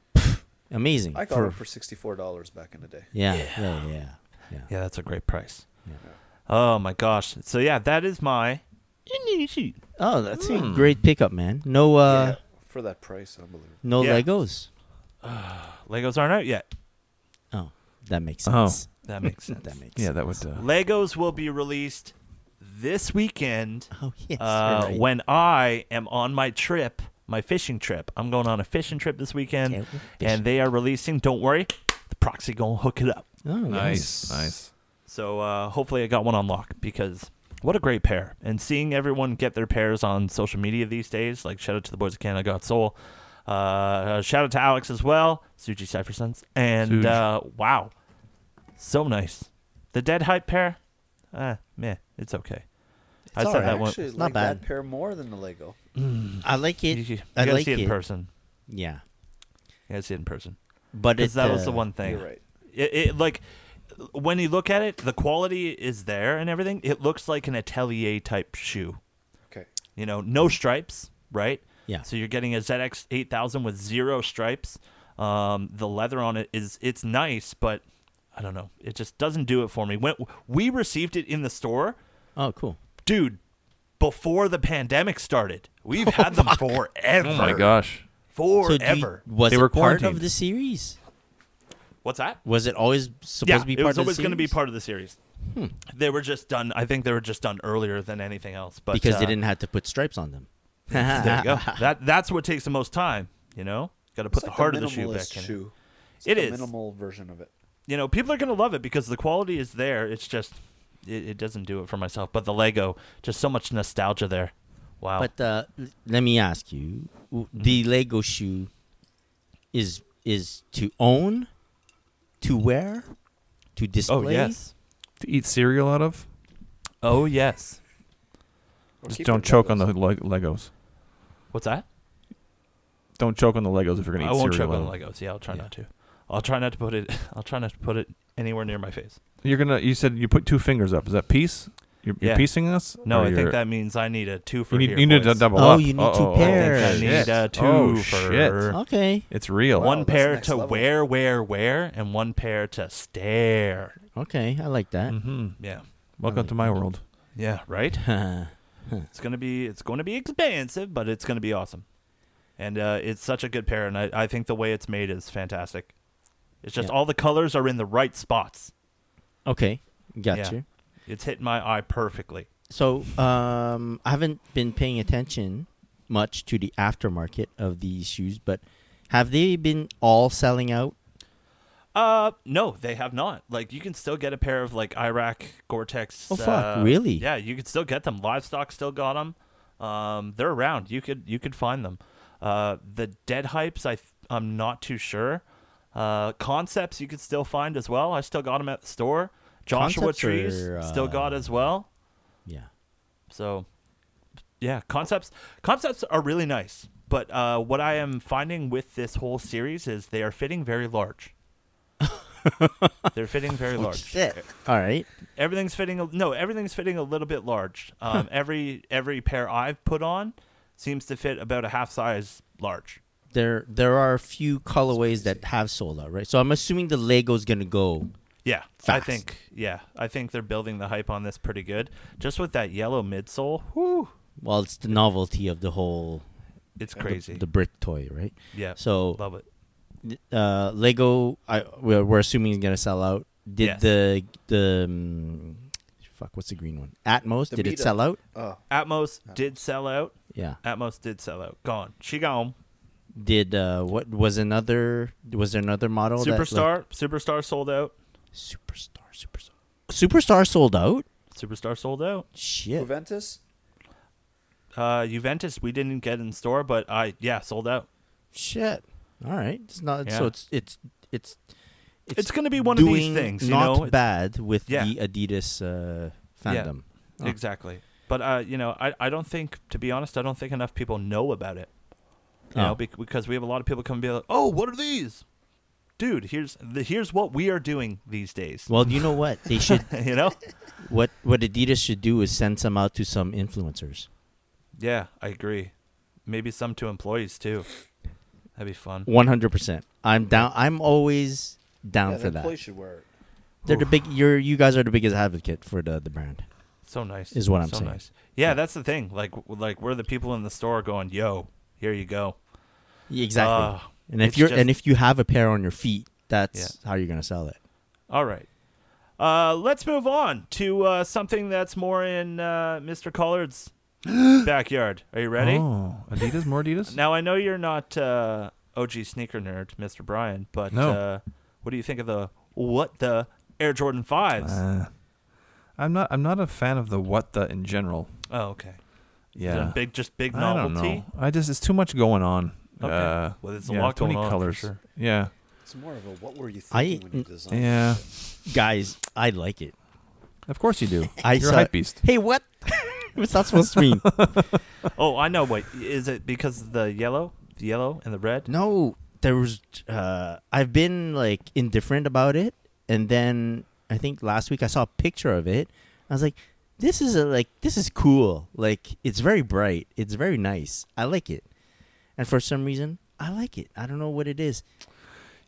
Speaker 3: Amazing.
Speaker 4: I got
Speaker 3: for-
Speaker 4: it for sixty-four dollars back in the day.
Speaker 3: yeah, yeah, yeah, yeah. yeah.
Speaker 1: Yeah, that's a great price.
Speaker 3: Yeah.
Speaker 1: Oh my gosh! So yeah, that is my.
Speaker 3: Oh, that's
Speaker 1: Hmm.
Speaker 3: a great pickup, man. No uh
Speaker 4: yeah, for that price, unbelievable.
Speaker 3: no
Speaker 1: Yeah.
Speaker 3: Legos.
Speaker 1: Legos aren't out yet.
Speaker 3: Oh, that makes
Speaker 2: Oh.
Speaker 3: sense.
Speaker 1: That makes sense.
Speaker 3: That makes
Speaker 2: Yeah,
Speaker 3: sense.
Speaker 2: that would. Uh,
Speaker 1: Legos will be released this weekend.
Speaker 3: Oh, yes.
Speaker 1: Uh,
Speaker 3: you're right.
Speaker 1: When I am on my trip, my fishing trip, I'm going on a fishing trip this weekend,
Speaker 3: Okay, we're
Speaker 1: and they are releasing. Don't worry, the proxy gonna hook it up.
Speaker 3: Oh,
Speaker 2: nice,
Speaker 3: yes.
Speaker 2: nice.
Speaker 1: So uh, hopefully, I got one on lock because what a great pair! And seeing everyone get their pairs on social media these days, like shout out to the boys of Canada Got Soul, uh, uh, shout out to Alex as well, Suji Cipher Sense, and
Speaker 2: Suj.
Speaker 1: uh, wow, so nice. The dead hype pair, uh, meh, it's okay. I said
Speaker 3: all
Speaker 1: that
Speaker 3: right.
Speaker 1: one.
Speaker 4: Actually,
Speaker 3: Not
Speaker 4: like
Speaker 3: bad.
Speaker 4: that pair more than the Lego.
Speaker 3: I like
Speaker 1: You,
Speaker 3: it.
Speaker 1: you, you
Speaker 3: I
Speaker 1: gotta
Speaker 3: like
Speaker 1: see it
Speaker 3: it.
Speaker 1: in person.
Speaker 3: Yeah.
Speaker 1: You gotta see it in person.
Speaker 3: But uh,
Speaker 1: Because
Speaker 3: it's
Speaker 1: that was the one thing.
Speaker 4: You're right.
Speaker 1: It, it like when you look at it, the quality is there and everything. It looks like an atelier type shoe.
Speaker 4: Okay.
Speaker 1: You know, no stripes, right?
Speaker 3: Yeah.
Speaker 1: So you're getting a ZX eight thousand with zero stripes. Um, the leather on it is it's nice, but I don't know. It just doesn't do it for me. When we received it in the store,
Speaker 3: Oh, cool.
Speaker 1: dude, before the pandemic started. We've had them forever.
Speaker 2: Oh my gosh.
Speaker 3: So do you-
Speaker 1: Forever.
Speaker 3: was
Speaker 2: They
Speaker 3: it
Speaker 2: were
Speaker 3: part of
Speaker 2: quarantined.
Speaker 3: the series?
Speaker 1: What's that?
Speaker 3: Was it always supposed to be
Speaker 1: it
Speaker 3: part
Speaker 1: was
Speaker 3: of the
Speaker 1: always
Speaker 3: series? Hmm.
Speaker 1: going to be part of the series. They were just done. I think they were just done earlier than anything else. But
Speaker 3: because they
Speaker 1: uh,
Speaker 3: didn't have to put stripes on them.
Speaker 1: There you go. that that's what takes the most time. You know, got to put the heart of the shoe back in. it.
Speaker 4: It's
Speaker 1: It
Speaker 4: the
Speaker 1: is.
Speaker 4: minimal version of it.
Speaker 1: You know, people are going to love it because the quality is there. It's just it, it doesn't do it for myself. But the Lego, just so much nostalgia there. Wow.
Speaker 3: But uh, l- let me ask you: w-
Speaker 1: Mm-hmm.
Speaker 3: the Lego shoe is is to own, to wear, to display.
Speaker 1: Oh, yes.
Speaker 2: To eat cereal out of?
Speaker 1: oh yes.
Speaker 4: Or
Speaker 2: Just
Speaker 4: keep
Speaker 2: don't
Speaker 4: it
Speaker 2: choke on
Speaker 4: Legos.
Speaker 2: the leg- Legos.
Speaker 1: What's that?
Speaker 2: Don't choke on the Legos if you're gonna eat
Speaker 1: I won't
Speaker 2: cereal.
Speaker 1: choke on
Speaker 2: out of.
Speaker 1: Legos. Yeah, I'll try
Speaker 2: Yeah.
Speaker 1: not to. I'll try not to put it. I'll try not to put it anywhere near my face.
Speaker 2: You're gonna. You said you put two fingers up. Is that peace? You're,
Speaker 1: Yeah.
Speaker 2: you're piecing us?
Speaker 1: No,
Speaker 2: Or
Speaker 1: I think
Speaker 2: you're-
Speaker 1: that means I need a two for
Speaker 2: You need,
Speaker 1: here.
Speaker 2: you need to
Speaker 1: boys.
Speaker 2: double
Speaker 3: Oh,
Speaker 2: up.
Speaker 3: you need two
Speaker 2: Uh-oh.
Speaker 3: pairs.
Speaker 1: I think I need a two
Speaker 2: Oh,
Speaker 1: for
Speaker 2: shit.
Speaker 3: Okay.
Speaker 2: It's real.
Speaker 4: Wow,
Speaker 1: one
Speaker 4: that's
Speaker 1: pair
Speaker 4: next
Speaker 1: to
Speaker 4: level.
Speaker 1: wear, wear, wear, and one pair to stare.
Speaker 3: Okay. I like that.
Speaker 2: Mm-hmm.
Speaker 1: Yeah.
Speaker 2: Welcome to my world.
Speaker 1: Yeah. Right. It's gonna be it's gonna be expensive, but it's gonna be awesome. And uh, it's such a good pair, and I, I think the way it's made is fantastic. It's just
Speaker 3: Yeah.
Speaker 1: all the colors are in the right spots.
Speaker 3: okay. Got
Speaker 1: Yeah.
Speaker 3: you.
Speaker 1: It's hitting my eye perfectly.
Speaker 3: So um, I haven't been paying attention much to the aftermarket of these shoes, but have they been all selling out?
Speaker 1: Uh, no, they have not. Like you can still get a pair of like Iraq Gore-Tex.
Speaker 3: Oh, fuck,
Speaker 1: uh,
Speaker 3: really?
Speaker 1: Yeah, you could still get them. Livestock still got them. Um, they're around. You could you could find them. Uh, the dead hypes, I th- I'm not too sure. Uh, concepts you could still find as well. I still got them at the store. Joshua
Speaker 3: Concepts
Speaker 1: trees
Speaker 3: are,
Speaker 1: still got
Speaker 3: uh,
Speaker 1: as well.
Speaker 3: Yeah.
Speaker 1: So, yeah, concepts concepts are really nice. But uh, what I am finding with this whole series is they are fitting very large. They're fitting very large.
Speaker 3: All right.
Speaker 1: Everything's fitting. a- No, everything's fitting a little bit large. Um, every every pair I've put on seems to fit about a half size large.
Speaker 3: There there are a few colorways that have sold out, right? So I'm assuming the Lego's gonna go.
Speaker 1: Yeah, I
Speaker 3: Fast.
Speaker 1: think. Yeah, I think they're building the hype on this pretty good. Just with that yellow midsole, whoo,
Speaker 3: Well, it's the novelty of the whole
Speaker 1: it's
Speaker 3: the-
Speaker 1: crazy.
Speaker 3: The, brick toy, right?
Speaker 1: yeah,
Speaker 3: So
Speaker 1: love it.
Speaker 3: uh, Lego, I we're, we're assuming is gonna sell out. Did
Speaker 1: Yes.
Speaker 3: the the um, fuck? What's the green one? Atmos.
Speaker 4: The
Speaker 3: did it
Speaker 4: Vita.
Speaker 3: sell out?
Speaker 4: Oh,
Speaker 1: Atmos did sell out.
Speaker 3: Yeah.
Speaker 1: Atmos did sell out. Gone. She gone.
Speaker 3: Did uh, what was another? Was there another model? that, like-
Speaker 1: Superstar. Superstar sold out.
Speaker 3: superstar. Superstar. Superstar sold out.
Speaker 1: Superstar sold out.
Speaker 3: Shit.
Speaker 4: Juventus.
Speaker 1: Uh, Juventus we didn't get in store, but I yeah sold out.
Speaker 3: Shit. All right. It's not.
Speaker 1: Yeah.
Speaker 3: So it's it's it's
Speaker 1: It's, gonna be one of these
Speaker 3: doing
Speaker 1: things.
Speaker 3: Not
Speaker 1: you know? It's-
Speaker 3: bad with
Speaker 1: Yeah.
Speaker 3: the Adidas uh, fandom. Oh.
Speaker 1: Exactly. But uh, you know, I, I don't think to be honest, I don't think enough people know about it. You
Speaker 3: Oh.
Speaker 1: know, bec- because we have a lot of people come and be like, "Oh, what are these?" Dude, here's the, here's what we are doing these days.
Speaker 3: Well, you know what they should.
Speaker 1: you know?
Speaker 3: what what Adidas should do is send some out to some influencers.
Speaker 1: Yeah, I agree. Maybe some to employees too. That'd be fun.
Speaker 3: One hundred percent. I'm down. I'm always down
Speaker 4: Yeah, the
Speaker 3: for that.
Speaker 4: employee should wear it.
Speaker 3: They're the big. You're you guys are the biggest advocate for the the brand.
Speaker 1: So nice
Speaker 3: Is what I'm
Speaker 1: so
Speaker 3: saying.
Speaker 1: Nice. Yeah, that's the thing. Like, w- like we're the people in the store going, "Yo, here you go."
Speaker 3: Yeah, Exactly.
Speaker 1: Ah,
Speaker 3: and if
Speaker 1: it's
Speaker 3: you're
Speaker 1: just-
Speaker 3: and if you have a pair on your feet, that's how you're gonna sell it.
Speaker 1: All right. Uh, let's move on to uh, something that's more in uh, Mr. Collard's backyard. Are you ready?
Speaker 2: Oh, Adidas, more Adidas.
Speaker 1: Now I know you're not uh, OG sneaker nerd, Mr. Brian, but
Speaker 2: No.
Speaker 1: uh, what do you think of the what the Air Jordan Fives?
Speaker 2: Uh, I'm not. I'm not a fan of the what the in general.
Speaker 1: oh, okay. Is it a
Speaker 2: Yeah,
Speaker 1: big, just big
Speaker 2: I
Speaker 1: novelty.
Speaker 2: don't know. I just it's too much going on.
Speaker 1: Okay.
Speaker 2: Uh,
Speaker 1: Well, there's a
Speaker 2: yeah,
Speaker 1: lot
Speaker 2: too many
Speaker 1: going on, for
Speaker 2: colors.
Speaker 1: sure.
Speaker 2: Yeah,
Speaker 4: It's more of a what were you
Speaker 3: I-
Speaker 4: thinking when you designed it?
Speaker 2: yeah.
Speaker 3: Guys, I like it.
Speaker 2: Of course you do.
Speaker 3: I
Speaker 2: You're
Speaker 3: saw-
Speaker 2: a hype beast.
Speaker 3: Hey, what? What's that supposed to mean?
Speaker 1: Oh, I know. Wait, is it because of the yellow, the yellow and the red?
Speaker 3: No, there was. Uh, I've been like indifferent about it, and then I think last week I saw a picture of it. I was like, "This is a like this is cool. Like it's very bright. It's very nice. I like it." And for some reason, I like it. I don't know what it is.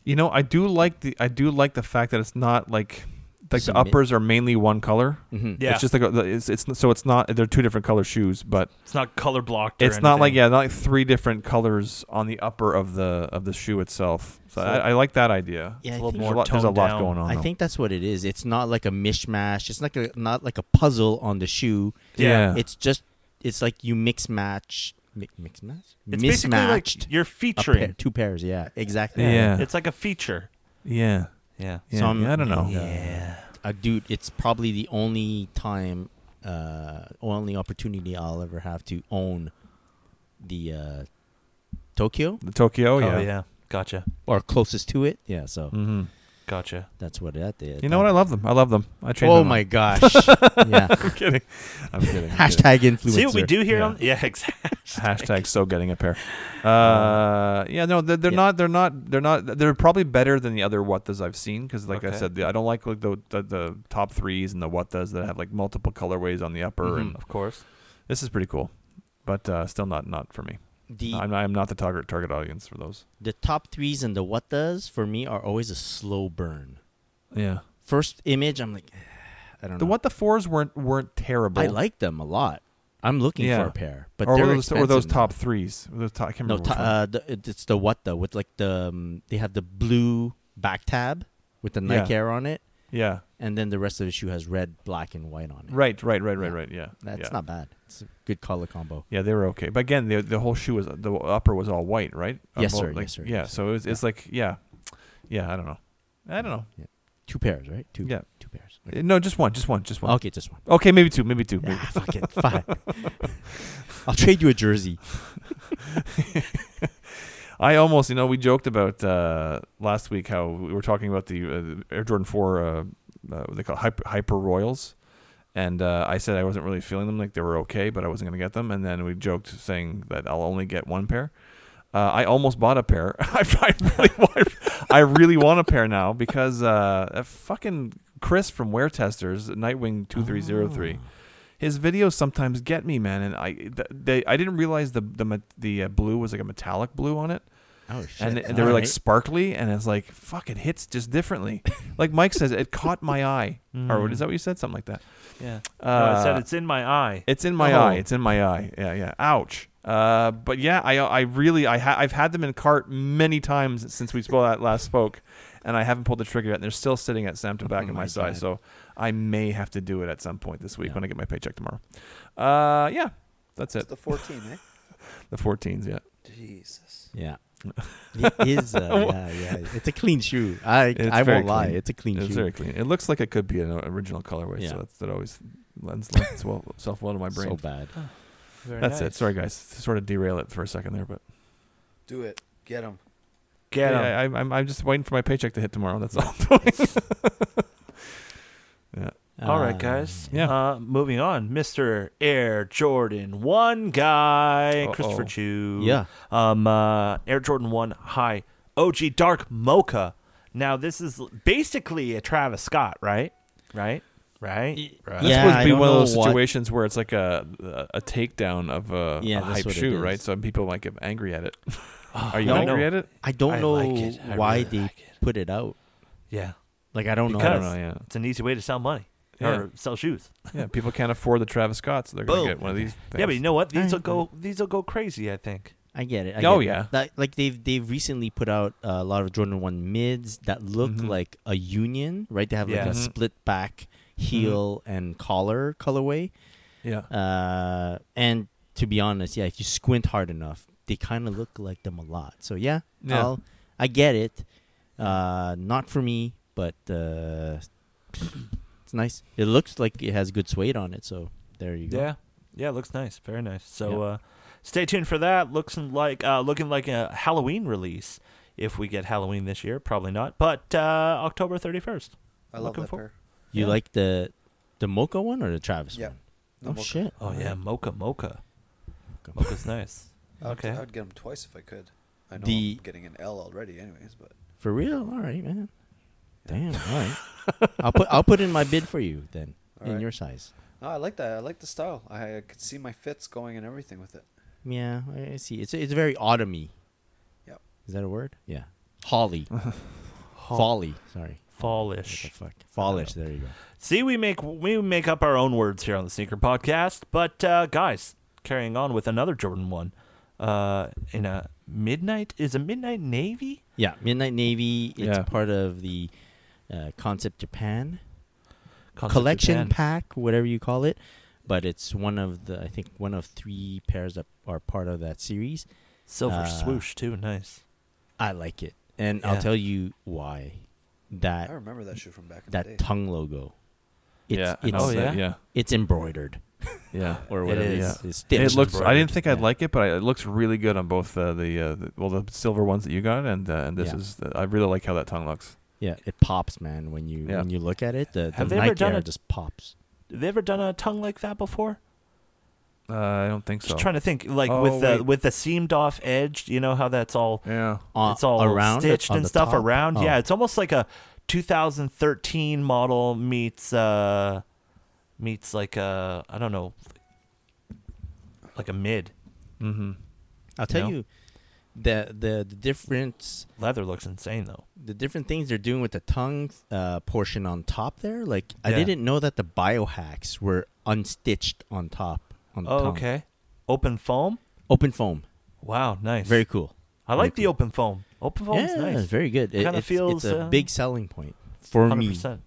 Speaker 2: You know, I do like the I do like the fact that it's not like like the
Speaker 3: Submit.
Speaker 2: uppers are mainly one color.
Speaker 3: Mhm.
Speaker 1: Yeah.
Speaker 2: It's just like a, it's it's so it's not they're two different color shoes, but
Speaker 1: It's not color blocked.
Speaker 2: it's not like yeah, not like three different colors on the upper of the of the shoe itself. So,
Speaker 3: So-
Speaker 2: I, I like that idea.
Speaker 3: Yeah, I
Speaker 2: There's a
Speaker 3: think-
Speaker 2: lot- there's a
Speaker 1: toned
Speaker 2: lot
Speaker 1: down.
Speaker 2: going on.
Speaker 3: I
Speaker 2: though.
Speaker 3: think that's what it is. It's not like a mishmash. It's like a not like a puzzle on the shoe.
Speaker 1: Yeah.
Speaker 2: yeah,
Speaker 3: It's just it's like you mix match mi- mix match
Speaker 1: It's basically
Speaker 3: mismatched
Speaker 1: like you're
Speaker 3: a pair-
Speaker 1: featuring.
Speaker 3: two pairs. Yeah, exactly.
Speaker 2: Yeah.
Speaker 1: It's like a feature.
Speaker 2: yeah,
Speaker 1: Yeah.
Speaker 2: yeah.
Speaker 3: So I'm-
Speaker 2: yeah, I don't know.
Speaker 3: Yeah. Uh, dude, it's probably the only time, uh, only opportunity I'll ever have to own the uh, Tokyo
Speaker 2: The Tokyo, yeah.
Speaker 1: Oh yeah. Gotcha.
Speaker 3: or closest to it. Yeah, so
Speaker 2: hmm
Speaker 1: Gotcha.
Speaker 3: that's what that did.
Speaker 2: You know what? I love them. I love them. I trade
Speaker 3: Oh
Speaker 2: them
Speaker 3: my
Speaker 2: up.
Speaker 3: gosh! yeah.
Speaker 2: I'm kidding. I'm kidding. I'm kidding.
Speaker 3: Hashtag influencer.
Speaker 1: See what we do here?
Speaker 2: Yeah.
Speaker 1: On, yeah, exactly.
Speaker 2: Hashtag so getting a pair. Uh, yeah, no, they're, they're
Speaker 3: Uh-huh. Yeah.
Speaker 2: not. They're not. They're not. They're probably better than the other Wattas I've seen because, like
Speaker 1: Okay.
Speaker 2: I said, the, I don't like like the, the the top threes and the Wattas that have like multiple colorways on the upper.
Speaker 3: Mm-hmm.
Speaker 2: And
Speaker 1: Of course.
Speaker 2: this is pretty cool, but uh, still not not for me.
Speaker 3: The,
Speaker 2: I'm I'm not the target target audience for those.
Speaker 3: the top threes and the what does for me are always a slow burn.
Speaker 2: Yeah,
Speaker 3: First image, I'm like, "Eh, I don't
Speaker 2: the
Speaker 3: know.
Speaker 2: what the fours weren't weren't terrible.
Speaker 3: I like them a lot. I'm looking
Speaker 2: Yeah.
Speaker 3: for a pair, but
Speaker 2: or
Speaker 3: they're
Speaker 2: those or those
Speaker 3: expensive now.
Speaker 2: top threes. Those top, I can't
Speaker 3: No,
Speaker 2: remember which
Speaker 3: t-
Speaker 2: one.
Speaker 3: uh, the, it- it's the what though with like the um, they have the blue back tab with the Nike
Speaker 2: Yeah.
Speaker 3: Air on it,
Speaker 2: yeah,
Speaker 3: and then the rest of the shoe has red, black, and white on it.
Speaker 2: right, right, right, right,
Speaker 3: Yeah.
Speaker 2: right. Yeah,
Speaker 3: That's
Speaker 2: yeah.
Speaker 3: not bad. It's a good color combo.
Speaker 2: Yeah, they were okay. But again, the the whole shoe was the upper was all white, right? Uh,
Speaker 3: Yes,
Speaker 2: well,
Speaker 3: sir.
Speaker 2: like-
Speaker 3: Yes, sir.
Speaker 2: Yeah,
Speaker 3: Yes,
Speaker 2: so it was, it's like yeah, yeah. I don't know. I don't know.
Speaker 3: Two pairs, right? Two.
Speaker 2: Yeah.
Speaker 3: Two pairs.
Speaker 2: Uh,
Speaker 3: Okay,
Speaker 2: No, just one, just one, just one. Okay,
Speaker 3: Okay, just one.
Speaker 2: maybe two, maybe two. Maybe.
Speaker 3: Ah, fuck it. Fine. I'll trade you a jersey.
Speaker 2: I almost, you know, we joked about uh, last week how we were talking about the, uh, the Air Jordan Four, uh, uh, what they call it, hyper, hyper Royals, and uh, I said I wasn't really feeling them, like they were okay, but I wasn't gonna get them. And then we joked saying that I'll only get one pair. Uh, I almost bought a pair. I, I really want, I really want a pair now because uh, that fucking Chris from Wear Testers, Nightwing two three zero three. His videos sometimes get me, man, and I th- they I didn't realize the the met- the uh, blue was like a metallic blue on it
Speaker 3: Oh shit.
Speaker 2: and, and they were like sparkly, and it's like fuck, it hits just differently. like Mike says, it caught my eye, or what is that? What you said? Something like that.
Speaker 1: Yeah.
Speaker 2: Uh,
Speaker 1: no, I said it's in my eye.
Speaker 2: It's in my
Speaker 1: Oh.
Speaker 2: eye. It's in my eye. Yeah, yeah. Ouch. Uh, but yeah, I I really I ha- I've had them in cart many times since we spoke that last spoke, and I haven't pulled the trigger yet. And they're still sitting at Sam to back in my,
Speaker 3: Oh my
Speaker 2: size,
Speaker 3: God.
Speaker 2: so I may have to do it at some point this week
Speaker 3: Yeah.
Speaker 2: when I get my paycheck tomorrow. Uh, yeah, that's it.
Speaker 4: the 14, eh?
Speaker 2: The 14s, yeah.
Speaker 4: Jesus.
Speaker 3: yeah. it is. Uh, yeah, yeah. It's a clean shoe. I
Speaker 2: It's
Speaker 3: I
Speaker 2: very
Speaker 3: won't lie.
Speaker 2: clean.
Speaker 3: It's a clean
Speaker 2: It's
Speaker 3: shoe.
Speaker 2: very clean. It looks like it could be an o- original colorway,
Speaker 3: Yeah.
Speaker 2: so that's, that always lends lends well, self well to my
Speaker 3: so
Speaker 2: brain.
Speaker 3: bad.
Speaker 2: that's it. Sorry, guys. to Sort of derail it for a second there, but
Speaker 4: Do it. Get him.
Speaker 1: Get
Speaker 2: Yeah,
Speaker 1: 'em.
Speaker 2: I, I'm I'm just waiting for my paycheck to hit tomorrow. That's all. I'm doing.
Speaker 1: All right,
Speaker 3: Uh,
Speaker 1: guys.
Speaker 2: Um, yeah.
Speaker 1: Uh, moving on, Mr. Air Jordan One guy,
Speaker 2: Uh-oh.
Speaker 1: Christopher Chu.
Speaker 3: Yeah.
Speaker 1: Um, uh, Air Jordan One High OG Dark Mocha. Now this is basically a Travis Scott, right? Right. Right. Right.
Speaker 2: this
Speaker 3: Yeah,
Speaker 2: would
Speaker 3: I
Speaker 2: be
Speaker 3: don't
Speaker 2: one of those
Speaker 3: know what-
Speaker 2: situations where it's like a a takedown of a,
Speaker 3: Yeah,
Speaker 2: a
Speaker 3: that's
Speaker 2: hype
Speaker 3: what it
Speaker 2: shoe,
Speaker 3: is. Oh,
Speaker 2: right? So people might get angry at it. Are you
Speaker 3: no.
Speaker 2: angry at it?
Speaker 3: I don't
Speaker 1: I
Speaker 3: know
Speaker 1: like it. I
Speaker 3: why
Speaker 1: really
Speaker 3: they
Speaker 1: like it.
Speaker 3: put it out.
Speaker 1: Yeah.
Speaker 3: Like I don't
Speaker 2: I
Speaker 1: Because-
Speaker 2: don't
Speaker 3: know.
Speaker 2: know. Oh, Yeah,
Speaker 1: It's an easy way to sell money
Speaker 2: Yeah.
Speaker 1: or sell shoes.
Speaker 2: yeah. People can't afford the Travis Scott, so they're gonna
Speaker 1: Boom.
Speaker 2: get one of these. Things.
Speaker 1: Yeah, but you know what? These
Speaker 3: Alright.
Speaker 1: will go. These will go crazy. I think.
Speaker 3: I get it. I
Speaker 2: Oh,
Speaker 3: get it.
Speaker 2: yeah.
Speaker 3: That- like they've they've recently put out a lot of Jordan One mids that look
Speaker 2: Mhm.
Speaker 3: like a union, right? They have like
Speaker 1: Yeah.
Speaker 3: a
Speaker 2: Mhm.
Speaker 3: split back heel and collar colorway.
Speaker 2: yeah,
Speaker 3: Uh, and to be honest, yeah, if you squint hard enough, they kind of look like them a lot. So yeah,
Speaker 2: Yeah.
Speaker 3: I'll, I get it. Uh, not for me, but uh, it's nice. It looks like it has good suede on it. So there you go.
Speaker 1: Yeah, yeah, it looks nice, very nice. So
Speaker 3: Yeah.
Speaker 1: uh, stay tuned for that. Looks like uh, looking like a Halloween release if we get Halloween this year. Probably not, but uh, October thirty first.
Speaker 4: I love
Speaker 1: Looking
Speaker 4: that
Speaker 1: for-
Speaker 4: pair.
Speaker 3: You
Speaker 1: Yeah.
Speaker 3: like the the mocha one or the Travis
Speaker 4: Yeah.
Speaker 3: one?
Speaker 4: The
Speaker 3: oh
Speaker 4: mocha.
Speaker 3: shit.
Speaker 1: Oh yeah, mocha mocha.
Speaker 3: Mocha.
Speaker 1: Mocha's nice.
Speaker 4: I would,
Speaker 1: Okay.
Speaker 4: I would get them twice if I could. I know
Speaker 3: The-
Speaker 4: I'm getting an L already, anyways, but
Speaker 3: For real? All right, man. Damn. All right. I'll put I'll put in my bid for you then
Speaker 4: All
Speaker 3: in
Speaker 4: right.
Speaker 3: your size.
Speaker 4: no, I like that. I like the style. I, I could see my fits going and everything with it.
Speaker 3: Yeah, I I see. It's it's very autumny.
Speaker 4: Yep.
Speaker 3: Is that a word? Yeah. Holly. Folly. Sorry.
Speaker 1: Fallish.
Speaker 3: The fuck? Fallish.
Speaker 2: Uh,
Speaker 3: There you go.
Speaker 1: See, we make we make up our own words here on the Sneaker Podcast. But uh, guys, carrying on with another Jordan one, uh, in a midnight is a midnight navy.
Speaker 3: Yeah, Midnight Navy. It's
Speaker 2: Yeah.
Speaker 3: part of the uh, Concept Japan
Speaker 1: Concept
Speaker 3: collection
Speaker 1: Japan.
Speaker 3: pack, whatever you call it. But it's one of the I think one of three pairs that are part of that series.
Speaker 1: silver
Speaker 3: uh,
Speaker 1: swoosh too. Nice.
Speaker 3: I like it, and
Speaker 1: Yeah.
Speaker 3: I'll tell you why.
Speaker 4: I
Speaker 3: That
Speaker 4: remember that shoe from back in the
Speaker 3: that
Speaker 4: day.
Speaker 3: tongue logo. It's,
Speaker 2: yeah. I
Speaker 3: it's,
Speaker 1: know
Speaker 2: noticed that,
Speaker 1: yeah?
Speaker 3: it's embroidered
Speaker 2: Yeah. Yeah.
Speaker 3: or
Speaker 1: It
Speaker 3: whatever.
Speaker 1: is.
Speaker 3: it's- it's
Speaker 2: And
Speaker 3: stitched
Speaker 2: it looks. I didn't
Speaker 3: embroidered.
Speaker 2: think
Speaker 3: Yeah.
Speaker 2: I'd like it, but I, it looks really good on both uh, the, uh, the well the silver ones that you got and uh, and this
Speaker 3: Yeah.
Speaker 2: is. I really like how that tongue looks.
Speaker 3: Yeah, it pops, man. When you
Speaker 2: Yeah.
Speaker 3: when you look at it, the, the
Speaker 1: Have they ever
Speaker 3: Nike
Speaker 1: done
Speaker 3: Air
Speaker 1: a-
Speaker 3: just pops.
Speaker 1: Have they ever done a tongue like that before?
Speaker 2: Uh, I don't think so.
Speaker 1: Just trying to think, like
Speaker 2: Oh,
Speaker 1: with the
Speaker 2: wait.
Speaker 1: with the seamed off edge. You know how that's all
Speaker 2: yeah.
Speaker 3: Uh,
Speaker 1: it's all
Speaker 3: around it,
Speaker 1: stitched
Speaker 3: on
Speaker 1: and
Speaker 3: the
Speaker 1: stuff
Speaker 3: top?
Speaker 1: around.
Speaker 3: Oh.
Speaker 1: Yeah, it's almost like a 2013 model meets uh meets like a I don't know like a mid
Speaker 2: Mm-hmm.
Speaker 3: I'll
Speaker 1: No.
Speaker 3: tell you, the the the difference,
Speaker 1: leather looks insane though.
Speaker 3: the different things they're doing with the tongue uh, portion on top there. Like I
Speaker 1: Yeah.
Speaker 3: didn't know that the biohacks were unstitched on top on the
Speaker 1: Oh,
Speaker 3: Mm, tongue.
Speaker 1: okay. Open foam.
Speaker 3: Open foam,
Speaker 1: Wow, nice.
Speaker 3: very cool.
Speaker 1: I like
Speaker 3: very
Speaker 1: the open foam. Open foam's
Speaker 3: yeah,
Speaker 1: nice.
Speaker 3: it's very good. It,
Speaker 1: Kinda
Speaker 3: it's,
Speaker 1: feels,
Speaker 3: it's a
Speaker 1: uh,
Speaker 3: big selling point for
Speaker 1: Hundred
Speaker 3: me.
Speaker 1: percent.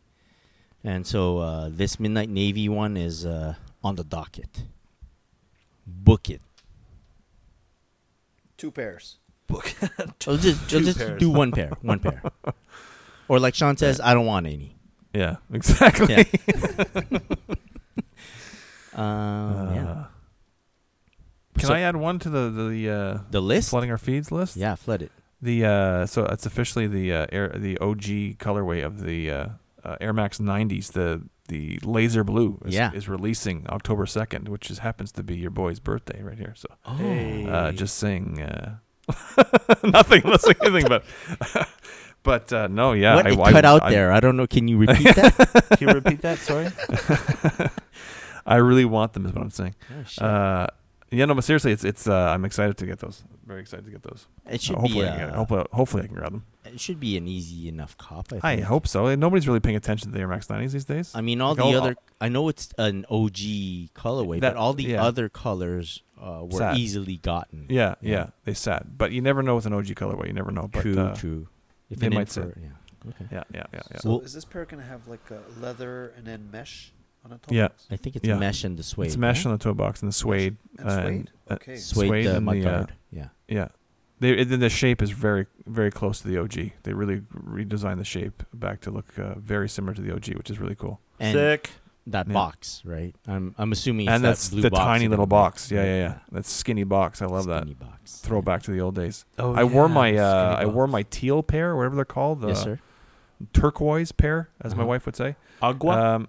Speaker 3: And so uh, this midnight navy one is uh, on the docket. Book it.
Speaker 4: Two pairs.
Speaker 3: I'll just, I'll just
Speaker 4: pairs.
Speaker 3: do one pair, one pair. Or like Sean says, I don't want any.
Speaker 2: Yeah. Exactly.
Speaker 3: Yeah. Um, yeah.
Speaker 2: Uh, Can
Speaker 3: So-
Speaker 2: I add one to the the uh,
Speaker 3: The list.
Speaker 2: flooding our feeds list?
Speaker 3: Yeah, flood it.
Speaker 2: The uh, so it's officially the uh, Air the OG colorway of the uh, uh, Air Max 90s. The the laser blue is,
Speaker 3: Yeah.
Speaker 2: is releasing October 2nd, which is, happens to be your boy's birthday right here. So
Speaker 3: Oh.
Speaker 2: uh, just saying uh, nothing, not saying anything, but but uh, no, yeah,
Speaker 3: what
Speaker 2: I,
Speaker 3: it
Speaker 2: I-
Speaker 3: cut out
Speaker 2: I-
Speaker 3: there. I don't know. Can you repeat that?
Speaker 1: Can you repeat that? Sorry.
Speaker 2: I really want them, is what I'm saying.
Speaker 3: Oh, shit.
Speaker 2: Uh, yeah, no, but seriously, it's it's. Uh, I'm excited to get those. Very excited to get those.
Speaker 3: it should be.
Speaker 2: hopefully, I can get,
Speaker 3: Uh,
Speaker 2: hopefully, hopefully, I can grab them.
Speaker 3: it should be an easy enough cop. I,
Speaker 2: I
Speaker 3: think.
Speaker 2: hope so. Nobody's really paying attention to the Air Max 90s these days.
Speaker 3: I mean, all
Speaker 2: Like,
Speaker 3: the
Speaker 2: all-
Speaker 3: other. I know it's an OG colorway,
Speaker 2: That-
Speaker 3: but all the
Speaker 2: yeah.
Speaker 3: other colors uh, were
Speaker 2: Sad.
Speaker 3: easily gotten.
Speaker 2: Yeah,
Speaker 3: Yeah.
Speaker 2: yeah, they sad, but you never know with an OG colorway. You never know. But,
Speaker 3: true.
Speaker 2: uh,
Speaker 3: true. If
Speaker 2: they
Speaker 3: an
Speaker 2: might say-
Speaker 3: infra- Yeah. Okay.
Speaker 2: Yeah, yeah, yeah, yeah.
Speaker 4: So
Speaker 3: Well-
Speaker 4: is this pair gonna have like a leather and then mesh on the top?
Speaker 2: Yeah.
Speaker 3: I think it's
Speaker 2: Yeah.
Speaker 3: mesh and the suede.
Speaker 2: it's mesh
Speaker 3: right?
Speaker 2: on the toe box and the suede.
Speaker 4: And
Speaker 2: uh,
Speaker 4: suede.
Speaker 2: uh,
Speaker 4: Okay.
Speaker 3: suede,
Speaker 2: suede
Speaker 3: the
Speaker 2: and the, uh,
Speaker 3: mudguard. yeah.
Speaker 2: yeah, they it, the shape is very very close to the OG. They really redesigned the shape back to look uh, very similar to the OG, which is really cool.
Speaker 3: And
Speaker 1: Sick.
Speaker 3: that
Speaker 2: Yeah.
Speaker 3: box, right? I'm I'm assuming it's
Speaker 2: and
Speaker 3: that
Speaker 2: that's
Speaker 3: blue
Speaker 2: the
Speaker 3: box
Speaker 2: tiny
Speaker 3: again.
Speaker 2: little box. Yeah, yeah, yeah. That skinny box. I love
Speaker 3: Skinny
Speaker 2: that.
Speaker 3: box.
Speaker 2: Throwback to the old days.
Speaker 1: Oh,
Speaker 2: I wore
Speaker 1: yeah,
Speaker 2: my
Speaker 1: it's
Speaker 2: uh,
Speaker 1: gonna
Speaker 2: I
Speaker 1: be
Speaker 2: wore
Speaker 1: box.
Speaker 2: my teal pair, whatever they're called, the
Speaker 3: yes, sir.
Speaker 2: turquoise pair, as my
Speaker 3: Uh-huh.
Speaker 2: wife would say.
Speaker 1: agua.
Speaker 2: Um,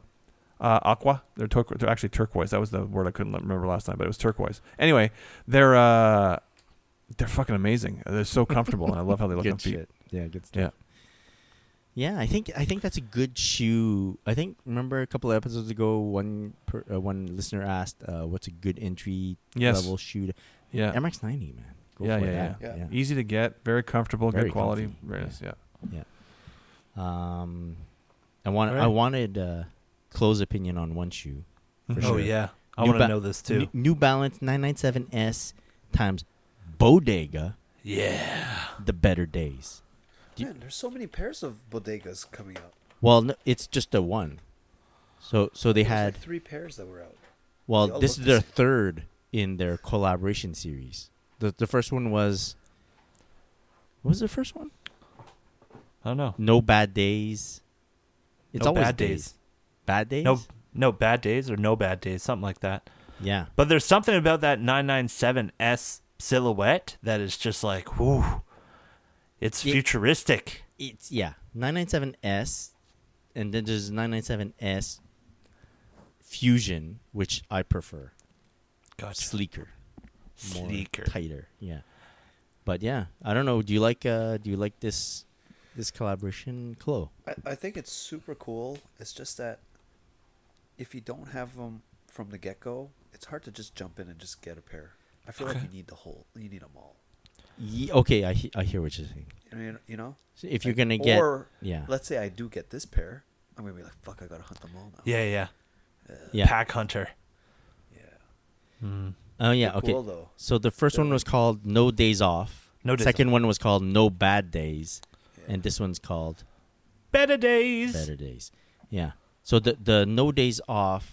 Speaker 2: uh, aqua. They're, turqu- they're actually turquoise. That was the word I couldn't le- remember last time, but it was turquoise. Anyway, they're uh, they're fucking amazing. They're so comfortable, and I love how they look on
Speaker 3: Good
Speaker 2: feet.
Speaker 3: shit. Yeah, good stuff.
Speaker 2: Yeah.
Speaker 3: Yeah, I think I think that's a good shoe. I think remember a couple of episodes ago, one per, uh, one listener asked, uh, "What's a good entry
Speaker 2: Yes.
Speaker 3: level shoe?" to-
Speaker 2: Yeah.
Speaker 3: MX ninety, man. Go
Speaker 2: Yeah,
Speaker 3: for
Speaker 2: yeah,
Speaker 3: that.
Speaker 4: yeah.
Speaker 2: Easy to get, very comfortable,
Speaker 3: Very
Speaker 2: good quality.
Speaker 3: comfy.
Speaker 2: Very
Speaker 3: Yeah.
Speaker 2: nice, yeah.
Speaker 3: Um, I want I
Speaker 1: Alright.
Speaker 3: wanted uh, Chloe's opinion on one shoe. For
Speaker 2: Mhm.
Speaker 1: oh
Speaker 3: sure.
Speaker 1: yeah. I
Speaker 3: New
Speaker 1: want to
Speaker 3: ba-
Speaker 1: know this too.
Speaker 3: New, New Balance nine nine seven S times Bodega,
Speaker 1: yeah.
Speaker 3: the better days. Do-
Speaker 4: Man, there's so many pairs of bodegas coming out.
Speaker 3: Well, no, it's just a one. So so they
Speaker 4: There's,
Speaker 3: had
Speaker 4: like three pairs that were out. they
Speaker 3: well,
Speaker 4: all look
Speaker 3: this is
Speaker 4: the
Speaker 3: their
Speaker 4: same.
Speaker 3: third in their collaboration series. The the first one was what was the first one?
Speaker 1: I don't know.
Speaker 3: No bad days. It's
Speaker 1: no
Speaker 3: always
Speaker 1: bad
Speaker 3: days. Bad days.
Speaker 1: No, no bad days or no bad days, something like that.
Speaker 3: Yeah.
Speaker 1: But there's something about that 997S silhouette that is just like, whoo, it's
Speaker 3: It-
Speaker 1: futuristic.
Speaker 3: It's yeah. Nine nine seven S, and then there's nine nine seven S Fusion, which I prefer. Sleeker. more
Speaker 1: Sleeker.
Speaker 3: tighter. Yeah. But yeah, I don't know. Do you like uh do you like this this collaboration, Chloe?
Speaker 4: I, I think it's super cool. It's just that if you don't have them from the get go, it's hard to just jump in and just get a pair. I feel like you need the whole. You need them all.
Speaker 3: Ye- okay, I he- I hear what you're saying.
Speaker 4: I mean, you know,
Speaker 3: So if you're
Speaker 4: Like,
Speaker 3: gonna get
Speaker 4: or
Speaker 3: yeah.
Speaker 4: let's say I do get this pair, I'm gonna be like, fuck, I gotta hunt them all now.
Speaker 1: Yeah, yeah.
Speaker 3: yeah.
Speaker 1: Pack hunter.
Speaker 4: yeah.
Speaker 3: Oh yeah,
Speaker 4: They're
Speaker 3: okay.
Speaker 4: Cool though.
Speaker 3: So the first one was called No Days Off.
Speaker 1: No Days
Speaker 3: Second one was called No Bad Days,
Speaker 4: Yeah.
Speaker 3: and this one's called
Speaker 1: Better days.
Speaker 3: Better Days. Yeah. So the the No Days Off,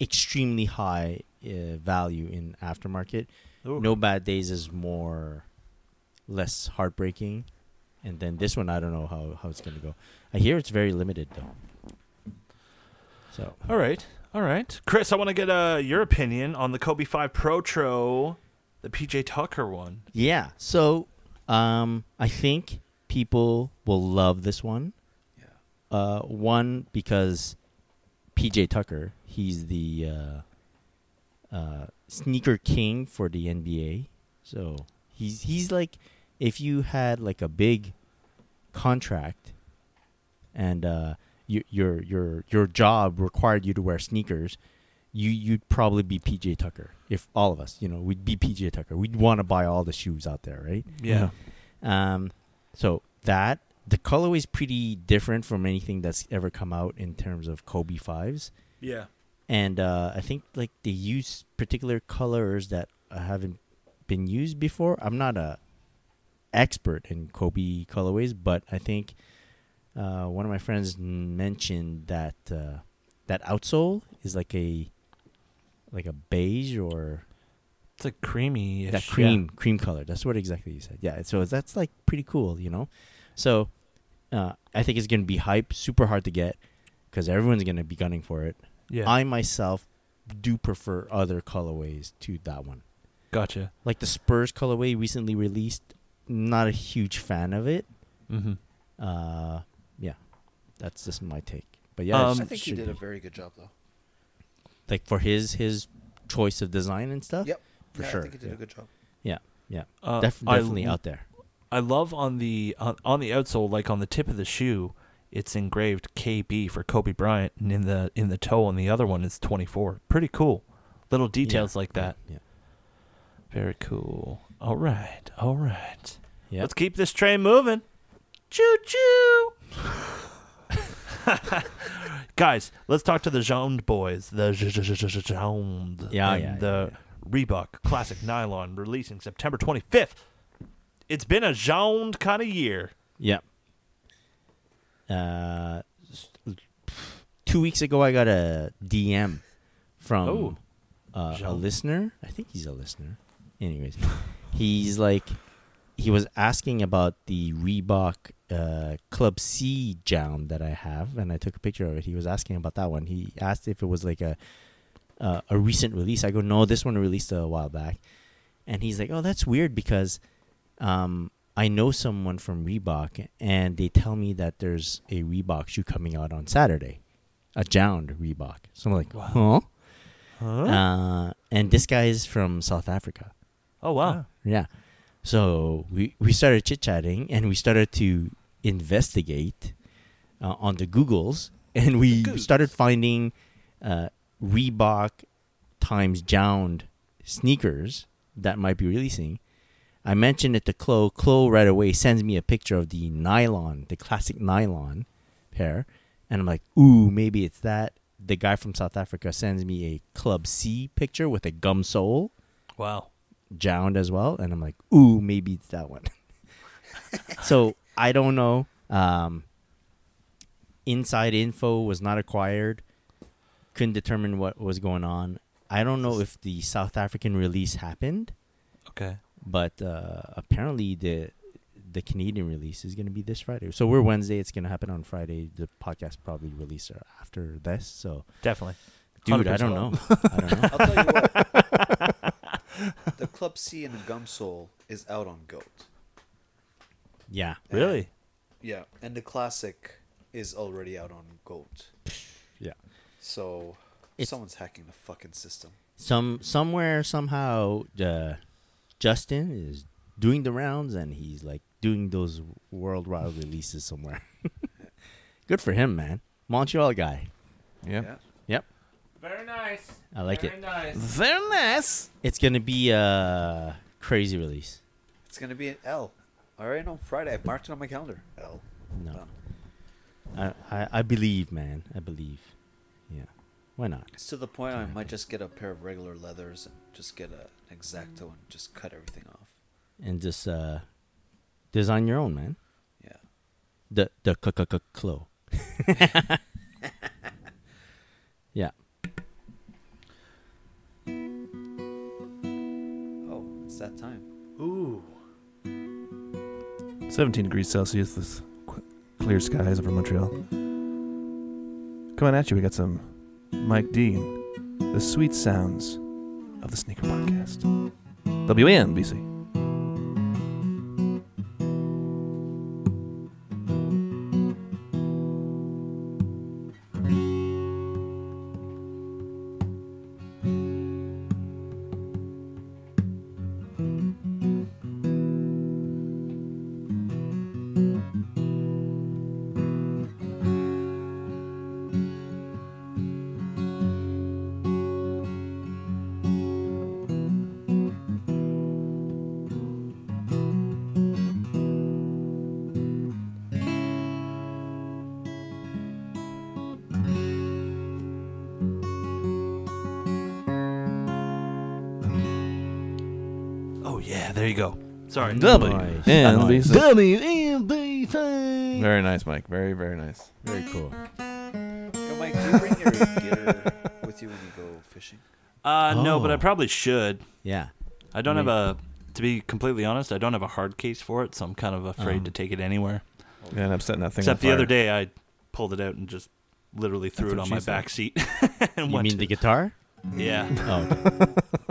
Speaker 3: extremely high uh, value in aftermarket.
Speaker 1: Ooh.
Speaker 3: No Bad Days is more, less heartbreaking, and then this one I don't know how how it's gonna go. I hear it's very limited though. So
Speaker 1: All right. All right. Chris, I want to get uh, your opinion on the Kobe 5 Pro Tro, the PJ Tucker one.
Speaker 3: Yeah. So um, I think people will love this one.
Speaker 4: Yeah.
Speaker 3: Uh, one because PJ Tucker, he's the uh, uh, sneaker king for the NBA. So he's he's like if you had like a big contract and uh, your your your your job required you to wear sneakers, you you'd probably be PJ Tucker. If all of us, you know, we'd be PJ Tucker. We'd want to buy all the shoes out there, right?
Speaker 1: Yeah.
Speaker 3: Um, so that the colorway is pretty different from anything that's ever come out in terms of Kobe fives,
Speaker 1: Yeah.
Speaker 3: and uh, I think like they use particular colors that haven't been used before. I'm not a expert in Kobe colorways, but I think uh, one of my friends n- mentioned that uh, that outsole is like a like a beige or
Speaker 1: It's a creamy
Speaker 3: that cream cream color. That's what exactly you said. Yeah. So that's like pretty cool, you know. So uh, I think it's gonna be hype, super hard to get because everyone's gonna be gunning for it.
Speaker 1: Yeah.
Speaker 3: I myself do prefer other colorways to that one.
Speaker 1: gotcha.
Speaker 3: Like the Spurs colorway recently released, not a huge fan of it.
Speaker 1: Mm-hmm.
Speaker 3: Uh, yeah, that's just my take. But yeah,
Speaker 1: Um,
Speaker 4: I think you
Speaker 3: should
Speaker 4: did
Speaker 3: be.
Speaker 4: a very good job though.
Speaker 3: like for his his choice of design and stuff.
Speaker 4: Yep.
Speaker 3: for
Speaker 4: yeah,
Speaker 3: sure,
Speaker 4: I think you did
Speaker 3: yeah.
Speaker 4: a good job.
Speaker 3: Yeah, yeah,
Speaker 1: Uh,
Speaker 3: Def-
Speaker 1: I-
Speaker 3: definitely out there.
Speaker 1: I love on the on, on the outsole, like on the tip of the shoe, it's engraved KB for Kobe Bryant, and in the in the toe on the other one it's 24. Pretty cool. Little details
Speaker 3: Yeah,
Speaker 1: like that.
Speaker 3: Yeah,
Speaker 1: Very cool. All right. All right.
Speaker 3: yeah.
Speaker 1: Let's keep this train moving. Choo choo. Guys, let's talk to the Jound boys. The J- J- J- J- J- Jound.
Speaker 3: Yeah,
Speaker 1: and
Speaker 3: yeah,
Speaker 1: The
Speaker 3: yeah,
Speaker 1: Reebok Classic Nylon releasing September 25th. It's been a Jound kind of year.
Speaker 3: Yeah. Uh, s- two weeks ago, I got a DM from
Speaker 1: Oh.
Speaker 3: uh, a
Speaker 1: Jean.
Speaker 3: listener. I think he's a listener. Anyways, he's like, he was asking about the Reebok uh, Club C gown that I have, and I took a picture of it. He was asking about that one. He asked if it was like a uh, a recent release. I go, no, this one released a while back. And he's like, oh, that's weird because um, I know someone from Reebok, and they tell me that there's a Reebok shoe coming out on Saturday, a Jound Reebok. So I'm like, huh?
Speaker 1: Huh?
Speaker 3: Uh, and this guy is from South Africa.
Speaker 1: oh, wow.
Speaker 3: Yeah. So we, we started chit chatting and we started to investigate uh, on the Googles and we
Speaker 1: Googles.
Speaker 3: started finding uh, Reebok times Jound sneakers that might be releasing. I mentioned it to Chloe. Chloe right away sends me a picture of the nylon, the classic nylon pair. And I'm like, ooh, maybe it's that. The guy from South Africa sends me a Club C picture with a gum sole.
Speaker 1: Wow.
Speaker 3: Jound as well, and I'm like, ooh, maybe it's that one. so I don't know. Um, inside info was not acquired. Couldn't determine what was going on. I don't know if the South African release happened,
Speaker 1: Okay.
Speaker 3: but uh, apparently the the Canadian release is going to be this Friday. So we're Wednesday. It's going to happen on Friday. The podcast probably release after this. So,
Speaker 1: Definitely.
Speaker 3: dude, I don't know. I don't know.
Speaker 4: I'll tell you what. the Club C and the Gum Sole is out on Goat.
Speaker 3: Yeah,
Speaker 1: Really?
Speaker 4: Yeah, and the Classic is already out on Goat.
Speaker 3: yeah.
Speaker 4: So
Speaker 3: It's-
Speaker 4: someone's hacking the fucking system.
Speaker 3: some somewhere somehow uh, Justin is doing the rounds and he's like doing those worldwide releases somewhere. Good for him, man. Montreal guy.
Speaker 2: Yeah.
Speaker 4: Yeah.
Speaker 3: Yep,
Speaker 1: Very nice.
Speaker 3: I like it.
Speaker 1: nice.
Speaker 2: Very nice.
Speaker 3: It's gonna be a crazy release.
Speaker 4: It's gonna be an L. All right, on Friday. I marked it on my calendar. L.
Speaker 3: No.
Speaker 2: Oh.
Speaker 4: Done.
Speaker 3: I, I, I believe, man. I believe. Yeah. Why not?
Speaker 4: It's to the point I might just get a pair of regular leathers and just get a, an exacto and just cut everything off.
Speaker 3: And just uh, design your own, man.
Speaker 4: Yeah.
Speaker 3: The the c- c- c- clo. yeah.
Speaker 4: Oh, it's that time.
Speaker 1: Ooh.
Speaker 2: 17 degrees Celsius, this qu- clear skies over Montreal. Coming at you, we got some Mike Dean, the sweet sounds of the Sneaker Podcast. WNBC.
Speaker 1: Oh yeah, there you go. Sorry.
Speaker 2: WNBC.
Speaker 3: WMB.
Speaker 2: Very nice, Mike. Very, very nice.
Speaker 3: Very cool.
Speaker 4: Yo, Mike, do you bring your gear with you when you go fishing?
Speaker 1: Uh, no, but I
Speaker 3: Oh.
Speaker 1: probably should.
Speaker 3: Yeah.
Speaker 1: I don't have a. To be completely honest, I don't have a hard case for it, so I'm kind of afraid
Speaker 3: Um,
Speaker 1: to take it anywhere.
Speaker 2: Yeah, and I'm setting that thing
Speaker 1: Except
Speaker 2: on
Speaker 1: the other
Speaker 2: fire.
Speaker 1: day, I pulled it out and just literally threw
Speaker 2: That's
Speaker 1: it
Speaker 2: what
Speaker 1: on my
Speaker 2: she said.
Speaker 1: back seat and
Speaker 3: You
Speaker 1: went.
Speaker 3: mean
Speaker 1: to-
Speaker 3: the guitar?
Speaker 1: yeah,
Speaker 3: Oh.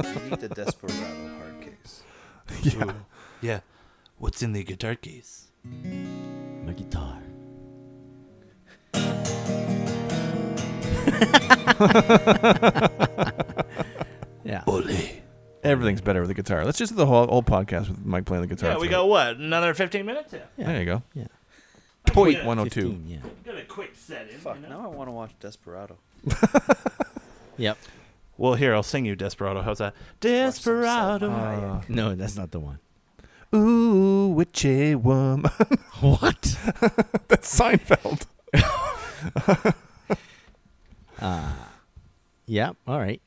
Speaker 4: You need the Desperado hard case.
Speaker 2: Yeah.
Speaker 1: yeah. What's in the guitar case?
Speaker 3: My guitar. yeah.
Speaker 1: Bully.
Speaker 2: Everything's better with the guitar. Let's just do the whole, whole podcast with Mike playing the guitar.
Speaker 1: Yeah, we
Speaker 2: through
Speaker 1: got
Speaker 2: it.
Speaker 1: what? Another 15 minutes? Yeah.
Speaker 3: Yeah.
Speaker 2: There you go.
Speaker 3: Yeah.
Speaker 2: Point
Speaker 1: Yeah.
Speaker 2: 102.
Speaker 3: 15, yeah.
Speaker 1: Got a quick set in.
Speaker 4: Fuck,
Speaker 1: you know?
Speaker 4: now I want to watch Desperado.
Speaker 3: Yep.
Speaker 1: Well, here I'll sing you "Desperado." How's that? Desperado.
Speaker 2: Uh,
Speaker 3: No, that's not the one.
Speaker 2: Ooh, witchy woman.
Speaker 3: What?
Speaker 2: That's Seinfeld.
Speaker 3: Uh, yeah. All right.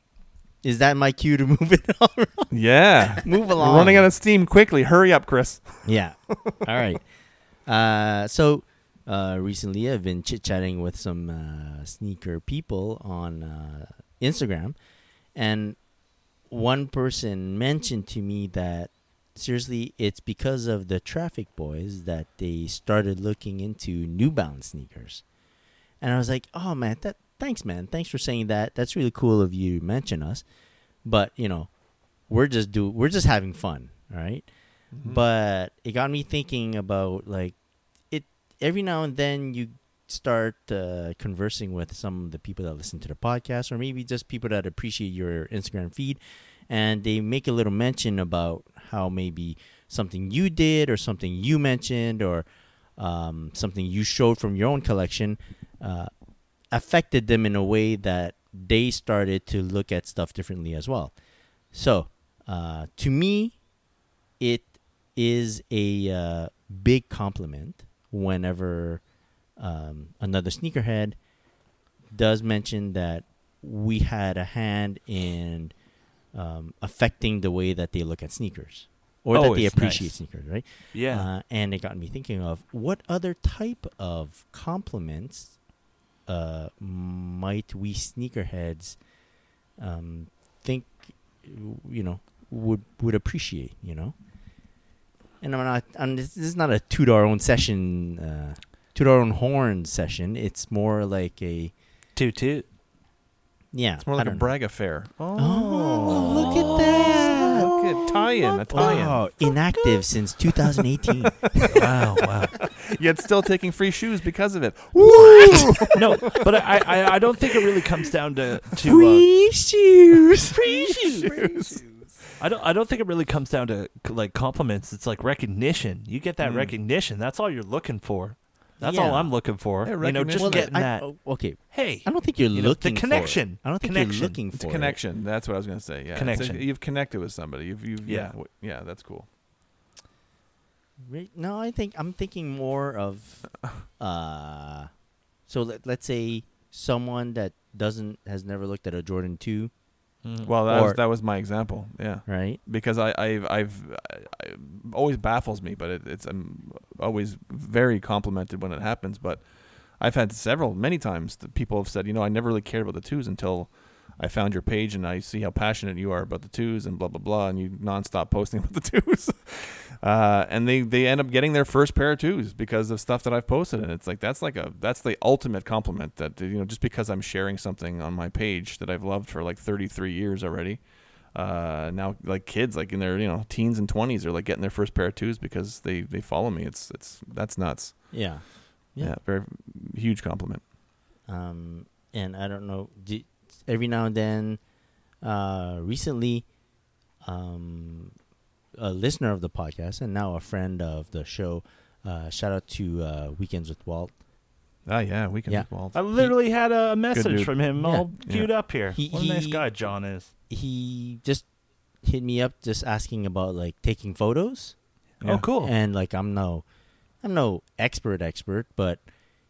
Speaker 3: Is that my cue to move it on?
Speaker 2: Yeah.
Speaker 3: move along?
Speaker 2: We're running out of steam quickly. Hurry up, Chris.
Speaker 3: Yeah. All right. Uh, so uh, recently, I've been chit chatting with some uh, sneaker people on uh, Instagram, and one person mentioned to me that seriously, it's because of the Traffic Boys that they started looking into New Balance sneakers, and I was like, "Oh man, that thanks, man. Thanks for saying that. That's really cool of you to mention us." But you know, we're just do we're just having fun, all right? but it got me thinking about like it every now and then you start uh, conversing with some of the people that listen to the podcast or maybe just people that appreciate your instagram feed and they make a little mention about how maybe something you did or something you mentioned or um, something you showed from your own collection uh, affected them in a way that they started to look at stuff differently as well so uh, to me it is a uh, big compliment whenever um, another sneakerhead does mention that we had a hand in um, affecting the way that they look at sneakers or that they
Speaker 2: Always
Speaker 3: appreciate
Speaker 2: nice.
Speaker 3: sneakers, right?
Speaker 1: Yeah.
Speaker 3: Uh, and it got me thinking of what other type of compliments uh, might we sneakerheads um, think, you know, would would appreciate, you know? And I'm not. I'm, this this is not a toot our own session, uh, toot our own horn session. It's more like a
Speaker 1: toot toot.
Speaker 3: yeah.
Speaker 2: It's more
Speaker 3: I
Speaker 2: like a
Speaker 3: don't know.
Speaker 2: brag affair.
Speaker 3: Oh, look at that!
Speaker 2: Look at tie-in, a tie-in.
Speaker 3: Oh, inactive since 2018.
Speaker 1: Wow, wow.
Speaker 2: Yet still taking free shoes because of it.
Speaker 1: no, but I, I, I don't think it really comes down to uh, to.
Speaker 3: Free shoes.
Speaker 1: Uh, I don't I don't think it really comes down to like compliments. It's like recognition. You get that
Speaker 2: Mm.
Speaker 1: recognition. That's all you're looking for. That's all
Speaker 3: Hmm. Yeah.
Speaker 1: I'm looking for.
Speaker 2: Yeah,
Speaker 1: you know, just
Speaker 2: recognition. Well,
Speaker 1: getting
Speaker 3: I-
Speaker 1: that.
Speaker 3: oh, okay,
Speaker 1: hey,
Speaker 3: I don't think you're
Speaker 1: You know, the
Speaker 3: looking
Speaker 1: connection.
Speaker 3: For it. I don't think
Speaker 1: Connection.
Speaker 3: you're looking for
Speaker 2: It's a
Speaker 3: it.
Speaker 2: connection. That's what I was going to say. Yeah. It's like
Speaker 1: Connection.
Speaker 2: you've connected with somebody. You've, you've yeah.
Speaker 1: Yeah.
Speaker 2: Yeah, w- yeah, that's cool.
Speaker 3: Re- No, I think I'm thinking more of, uh, so let, let's say someone that doesn't has never looked at a Jordan two,
Speaker 1: Hmm.
Speaker 2: Well, that was,
Speaker 3: Or-
Speaker 2: that was my example. Yeah.
Speaker 3: right?
Speaker 2: Because I, I've, I've, I, I, always baffles me, but it, it's I'm always very complimented when it happens. But I've had several, many times that people have said, you know, I never really cared about the twos until I found your page and I see how passionate you are about the twos and blah blah blah, and you nonstop posting about the twos. Uh, and they, they end up getting their first pair of twos because of stuff that I've posted, and it's like that's like a that's the ultimate compliment that you know just because I'm sharing something on my page that I've loved for like 33 years already. Uh, now like kids like in their you know teens and 20s are like getting their first pair of twos because they they follow me. It's it's that's nuts.
Speaker 3: Yeah.
Speaker 2: Yeah,
Speaker 3: Yeah.
Speaker 2: very huge compliment.
Speaker 3: Um, and I don't know. d every now and then, uh, recently, um, a listener of the podcast and now a friend of the show, uh, shout out to uh, Weekends with Walt.
Speaker 2: Ah yeah, we can
Speaker 3: Yeah.
Speaker 2: Walt.
Speaker 1: I oh, literally had a message
Speaker 2: dude.
Speaker 1: from him
Speaker 3: Yeah.
Speaker 1: all
Speaker 2: Yeah.
Speaker 1: queued up here.
Speaker 3: He-
Speaker 1: what a nice
Speaker 3: he-
Speaker 1: guy John is.
Speaker 3: He just hit me up just asking about like taking photos.
Speaker 2: Yeah.
Speaker 1: Oh, cool.
Speaker 3: and like I'm no, I'm no expert expert, but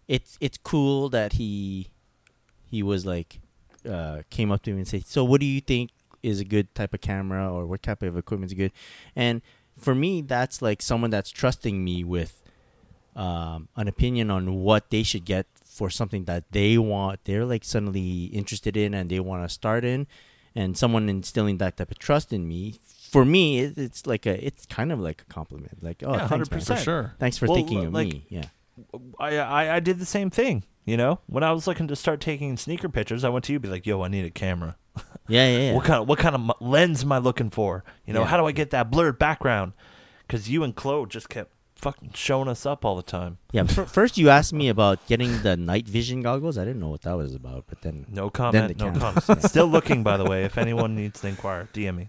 Speaker 3: it's it's cool that he he was like uh, came up to me and said, "So what do you think is a good type of camera or what type of equipment's good?" And for me, that's like someone that's trusting me with um, an opinion on what they should get for something that they want. They're like suddenly interested in and they want to start in, and someone instilling that type of trust in me. For me, it, it's like a, it's kind of like a compliment. Like, oh,
Speaker 1: Yeah,
Speaker 3: thanks, man.
Speaker 1: 100%.
Speaker 2: sure.
Speaker 3: Thanks for
Speaker 1: Well,
Speaker 3: thinking of
Speaker 1: like-
Speaker 3: me. Yeah.
Speaker 1: I, I I did the same thing. You know, when I was looking to start taking sneaker pictures, I went to you, be like, "Yo, I need a camera.
Speaker 3: Yeah, yeah, yeah.
Speaker 1: What kind of what kind of m- lens am I looking for? You know,
Speaker 3: Yeah.
Speaker 1: how do I get that blurred background? Because you and Chloe just kept fucking showing us up all the time.
Speaker 3: Yeah, f- first you asked me about getting the night vision goggles. I didn't know what that was about, but then
Speaker 1: No
Speaker 3: the
Speaker 1: comment. No
Speaker 3: camera.
Speaker 1: comment. Still looking, by the way. If anyone needs to inquire, DM me.
Speaker 2: hmm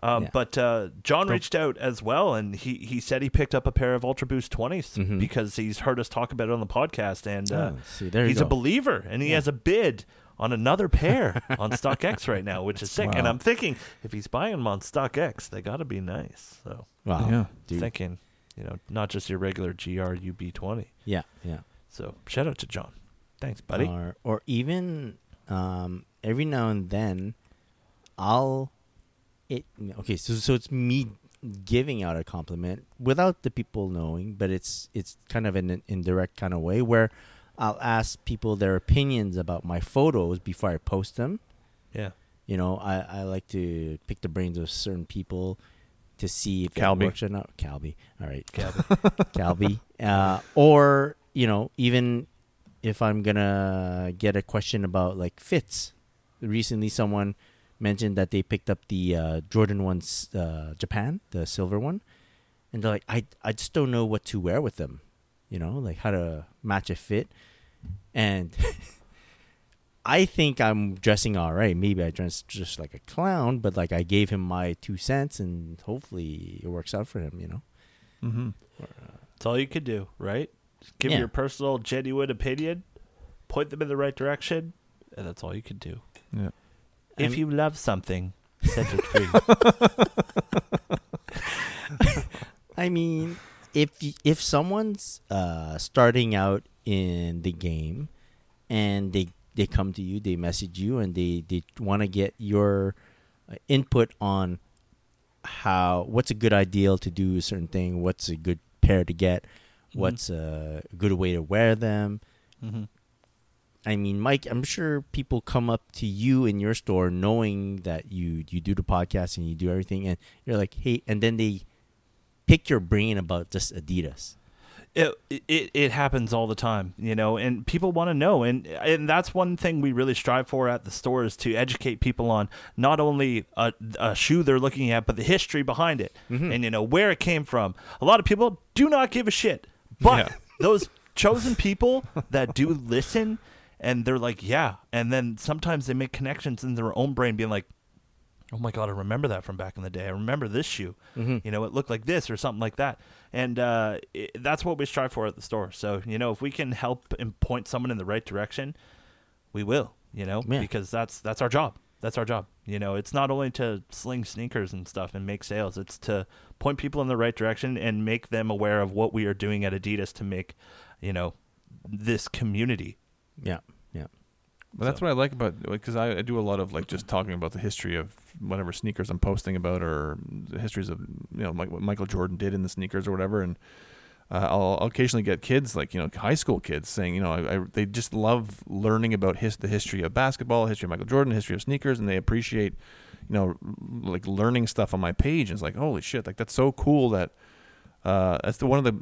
Speaker 1: Uh,
Speaker 3: Mm-hmm. Yeah.
Speaker 1: But uh, John reached out as well, and he, he said he picked up a pair of Ultra Boost 20s
Speaker 3: Mhm.
Speaker 1: because he's heard us talk about it on the podcast, and uh,
Speaker 3: Oh, see, there you
Speaker 1: he's a
Speaker 3: go.
Speaker 1: believer, and he has a bid on another pair on StockX right now, which is sick. And
Speaker 2: Wow.
Speaker 1: I'm thinking if he's buying them on StockX, they got to be nice. So
Speaker 3: wow,
Speaker 2: Yeah.
Speaker 3: dude.
Speaker 1: thinking, you know, not just your regular GRUB20.
Speaker 3: yeah, yeah.
Speaker 1: So shout out to John. Thanks, buddy.
Speaker 3: Or, or even um, every now and then, I'll it okay. So so it's me giving out a compliment without the people knowing, but it's it's kind of in an indirect kind of way where I'll ask people their opinions about my photos before I post them.
Speaker 1: yeah.
Speaker 3: You know, I, I like to pick the brains of certain people to see if
Speaker 2: Calby.
Speaker 3: it works or not. Calby. All right. Calby. Uh, or, you know, even if I'm going to get a question about like fits. Recently, someone mentioned that they picked up the uh, Jordan 1 uh, Japan, the silver one. And they're like, I, I just don't know what to wear with them. You know, like how to match a fit. And I think I'm dressing all right. Maybe I dress just like a clown, but like I gave him my two cents, and hopefully it works out for him. You know.
Speaker 2: hmm
Speaker 1: It's all you could do, right? Just give
Speaker 3: Yeah.
Speaker 1: your personal genuine opinion, point them in the right direction, and that's all you could do.
Speaker 2: Yeah.
Speaker 1: If
Speaker 3: I'm-
Speaker 1: you love something, set it free.
Speaker 3: I mean, if y- if someone's uh, starting out in the game, and they they come to you, they message you, and they they want to get your uh, input on how what's a good ideal to do a certain thing, what's a good pair to get, what's a good way to wear them.
Speaker 1: Mhm.
Speaker 3: I mean, Mike, I'm sure people come up to you in your store knowing that you you do the podcast and you do everything, and you're like, hey, and then they pick your brain about just Adidas.
Speaker 1: it, it it happens all the time, you know, and people want to know, and and that's one thing we really strive for at the store is to educate people on not only a, a shoe they're looking at, but the history behind it, and you know where it came from. A lot of people do not give a shit, but
Speaker 2: Yeah.
Speaker 1: those chosen people that do listen, and they're like, yeah, and then sometimes they make connections in their own brain, being like, oh my god i remember that from back in the day i remember this shoe
Speaker 3: Mm-hmm.
Speaker 1: you know it looked like this or something like that and uh, it, that's what we strive for at the store so you know if we can help and point someone in the right direction we will you know
Speaker 3: Yeah.
Speaker 1: because that's that's our job that's our job You know, it's not only to sling sneakers and stuff and make sales, it's to point people in the right direction and make them aware of what we are doing at Adidas to make, you know, this community.
Speaker 3: Yeah. Yeah.
Speaker 2: But that's what I like about because I, I do a lot of like just talking about the history of whatever sneakers I'm posting about or the histories of you know like what Michael Jordan did in the sneakers or whatever, and uh, I'll, I'll occasionally get kids like you know high school kids saying you know I, I, they just love learning about his the history of basketball, history of Michael Jordan, history of sneakers, and they appreciate you know like learning stuff on my page. And it's like holy shit, like that's so cool that. Uh, that's the, one of the,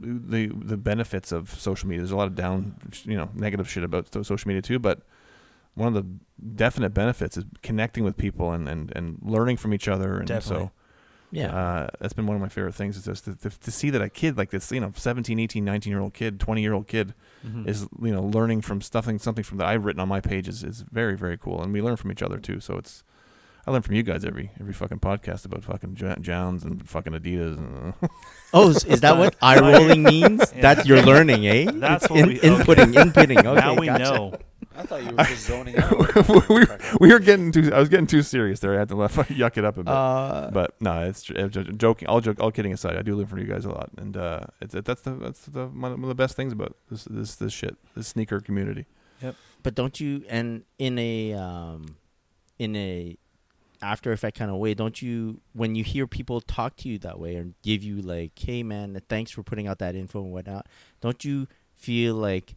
Speaker 2: the the benefits of social media. There's a lot of down, you know, negative shit about so- social media too, but one of the definite benefits is connecting with people and, and, and learning from each other. And
Speaker 1: Definitely.
Speaker 2: so
Speaker 3: Yeah.
Speaker 2: uh, that's been one of my favorite things is just to, to, to see that a kid like this, you know, 17, 18, 19 year old kid, 20 year old kid is, you know, learning from something, something from that I've written on my page is, is very, very cool. And we learn from each other too. So it's, I learn from you guys every, every fucking podcast about fucking Jo- Jounds and fucking Adidas. And,
Speaker 3: Oh, is, is that what eye rolling means?
Speaker 1: Yeah.
Speaker 3: That's you're learning, eh?
Speaker 1: That's
Speaker 3: It's
Speaker 1: what
Speaker 3: in-
Speaker 1: we- okay.
Speaker 3: inputting, inputting. Okay,
Speaker 1: now we
Speaker 3: gotcha.
Speaker 1: know.
Speaker 4: I thought you were just zoning out.
Speaker 2: we, were, we were getting too, I was getting too serious there. I had to laugh, yuck it up a bit.
Speaker 3: Uh,
Speaker 2: but no, it's tr- I'm j- joking. All joke, all kidding aside, I do live for you guys a lot, and uh, it's it, that's the that's the one of the best things about this this this shit, this sneaker community.
Speaker 3: but don't you and in a um in a after effect kind of way don't you when you hear people talk to you that way and give you like hey man thanks for putting out that info and whatnot don't you feel like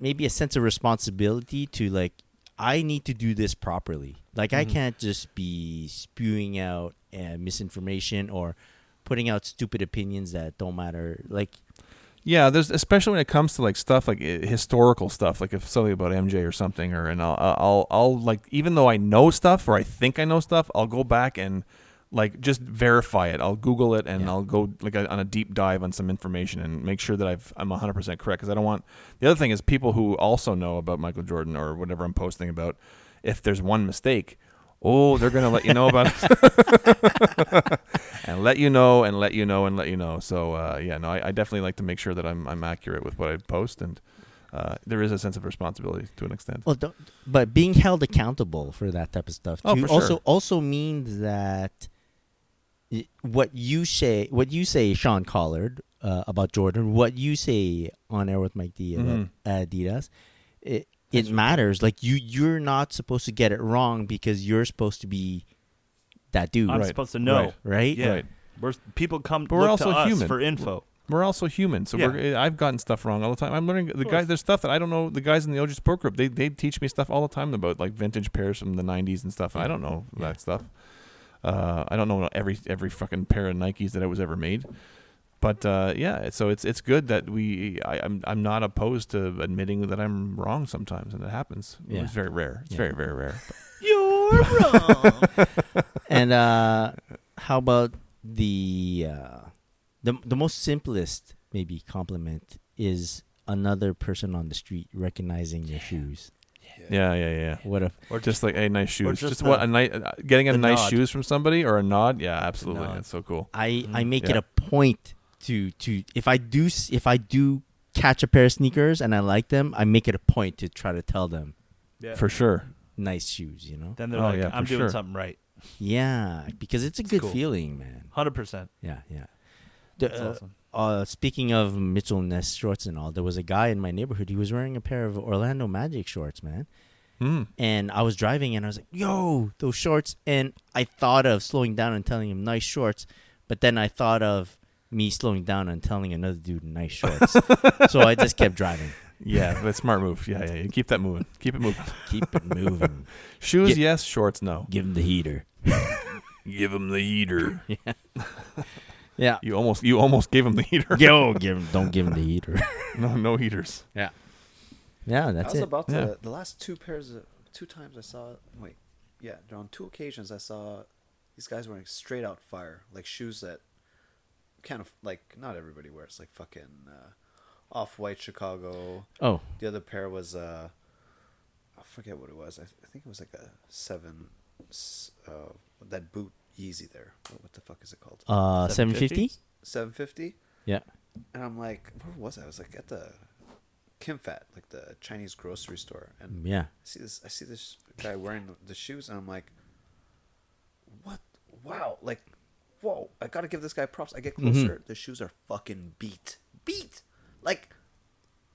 Speaker 3: maybe a sense of responsibility to like i need to do this properly like i
Speaker 1: Mhm.
Speaker 3: can't just be spewing out uh, misinformation or putting out stupid opinions that don't matter like
Speaker 2: Yeah, there's especially when it comes to like stuff like i- historical stuff, like if something about MJ or something, or and I'll I'll I'll like even though I know stuff or I think I know stuff, I'll go back and like just verify it. I'll Google it and
Speaker 3: Yeah.
Speaker 2: I'll go like on a deep dive on some information and make sure that I've I'm 100 percent correct because I don't want the other thing is people who also know about Michael Jordan or whatever I'm posting about, if there's one mistake. Oh, they're gonna let you know about it, and let you know, and let you know, and let you know. So uh, yeah, no, I, I definitely like to make sure that I'm I'm accurate with what I post, and uh, there is a sense of responsibility to an extent.
Speaker 3: Well, don't, but being held accountable for that type of stuff
Speaker 2: Oh,
Speaker 3: too
Speaker 2: for
Speaker 3: also
Speaker 2: sure.
Speaker 3: also means that y- what you say, what you say, Sean Collard uh, about Jordan, what you say on air with Mike D about
Speaker 2: Mhm.
Speaker 3: Adidas, it it matters. Like you, you're not supposed to get it wrong because you're supposed to be that dude,
Speaker 1: I'm
Speaker 2: Right.
Speaker 1: supposed to know.
Speaker 2: Right.
Speaker 3: right?
Speaker 1: Yeah.
Speaker 2: Right.
Speaker 1: We're, people come
Speaker 2: But we're
Speaker 1: look
Speaker 2: also
Speaker 1: to us
Speaker 2: human.
Speaker 1: for info.
Speaker 2: We're also human, so
Speaker 1: Yeah.
Speaker 2: we're, I've gotten stuff wrong all the time. I'm learning the
Speaker 1: course.
Speaker 2: guys. There's stuff that I don't know. The guys in the OG Sport Group, they they teach me stuff all the time about like vintage pairs from the '90s and stuff. And I don't know that stuff. Uh, I don't know every every fucking pair of Nikes that I was ever made. But uh, yeah, so it's it's good that we I, I'm I'm not opposed to admitting that I'm wrong sometimes, and it happens.
Speaker 3: Yeah.
Speaker 2: It's very rare. It's
Speaker 3: Yeah.
Speaker 2: very very rare.
Speaker 5: You're wrong.
Speaker 3: and uh, how about the uh, the the most simplest maybe compliment is another person on the street recognizing your shoes.
Speaker 2: yeah, yeah, yeah.
Speaker 3: What a
Speaker 2: Or just like hey, nice shoes.
Speaker 1: just
Speaker 2: Just, what
Speaker 1: the-
Speaker 2: a nice uh, getting a
Speaker 1: the
Speaker 2: nice
Speaker 1: nod.
Speaker 2: shoes from somebody or a nod. Yeah, absolutely.
Speaker 1: nod.
Speaker 2: That's so cool.
Speaker 3: I I make it
Speaker 2: Yeah.
Speaker 3: a point to to if I do s- if I do catch a pair of sneakers and I like them, I make it a point to try to tell them
Speaker 1: Yeah.
Speaker 2: For sure.
Speaker 3: nice shoes, you know?
Speaker 1: then they're
Speaker 2: Oh,
Speaker 1: like,
Speaker 2: yeah,
Speaker 1: I'm
Speaker 2: for
Speaker 1: doing
Speaker 2: sure.
Speaker 1: something right.
Speaker 3: Yeah, because it's a good
Speaker 1: cool.
Speaker 3: feeling, man.
Speaker 1: 100%.
Speaker 3: Yeah, yeah. The,
Speaker 1: That's
Speaker 3: uh,
Speaker 1: awesome.
Speaker 3: uh, speaking of Mitchell Ness shorts and all, there was a guy in my neighborhood. He was wearing a pair of Orlando Magic shorts, man.
Speaker 2: Mm.
Speaker 3: And I was driving and I was like, yo, those shorts. And I thought of slowing down and telling him nice shorts. But then I thought of me slowing down and telling another dude nice shorts. so I just kept driving.
Speaker 2: Yeah, but smart move. Yeah, yeah, yeah. Keep that moving. Keep it moving.
Speaker 3: Keep it moving.
Speaker 2: Shoes,
Speaker 3: Yeah.
Speaker 2: yes. Shorts, no.
Speaker 3: Give him the heater.
Speaker 2: Give him the heater.
Speaker 3: Yeah.
Speaker 2: You almost, you almost gave him the heater.
Speaker 3: Yo, give him, don't give him the heater.
Speaker 2: No, no heaters.
Speaker 3: yeah,
Speaker 4: I
Speaker 3: that's
Speaker 4: was
Speaker 3: it.
Speaker 4: about
Speaker 2: Yeah.
Speaker 4: to, the last two pairs of two times I saw wait yeah on two occasions I saw these guys wearing straight out fire like shoes that kind of like not everybody wears like fucking uh, off white Chicago
Speaker 3: oh,
Speaker 4: the other pair was uh I forget what it was I, I think it was like a seven s- uh, that boot Yeezy there what, what the fuck is it called
Speaker 3: uh, 750?
Speaker 1: 750?
Speaker 4: seven fifty
Speaker 3: Yeah.
Speaker 4: and I'm like where was I I was like at the Kimfat like the Chinese grocery store and
Speaker 3: Yeah.
Speaker 4: I see this. I see this guy wearing the- the shoes, and I'm like, what? Wow! Like, whoa! I gotta give this guy props. I get closer. The shoes are fucking beat, beat. Like,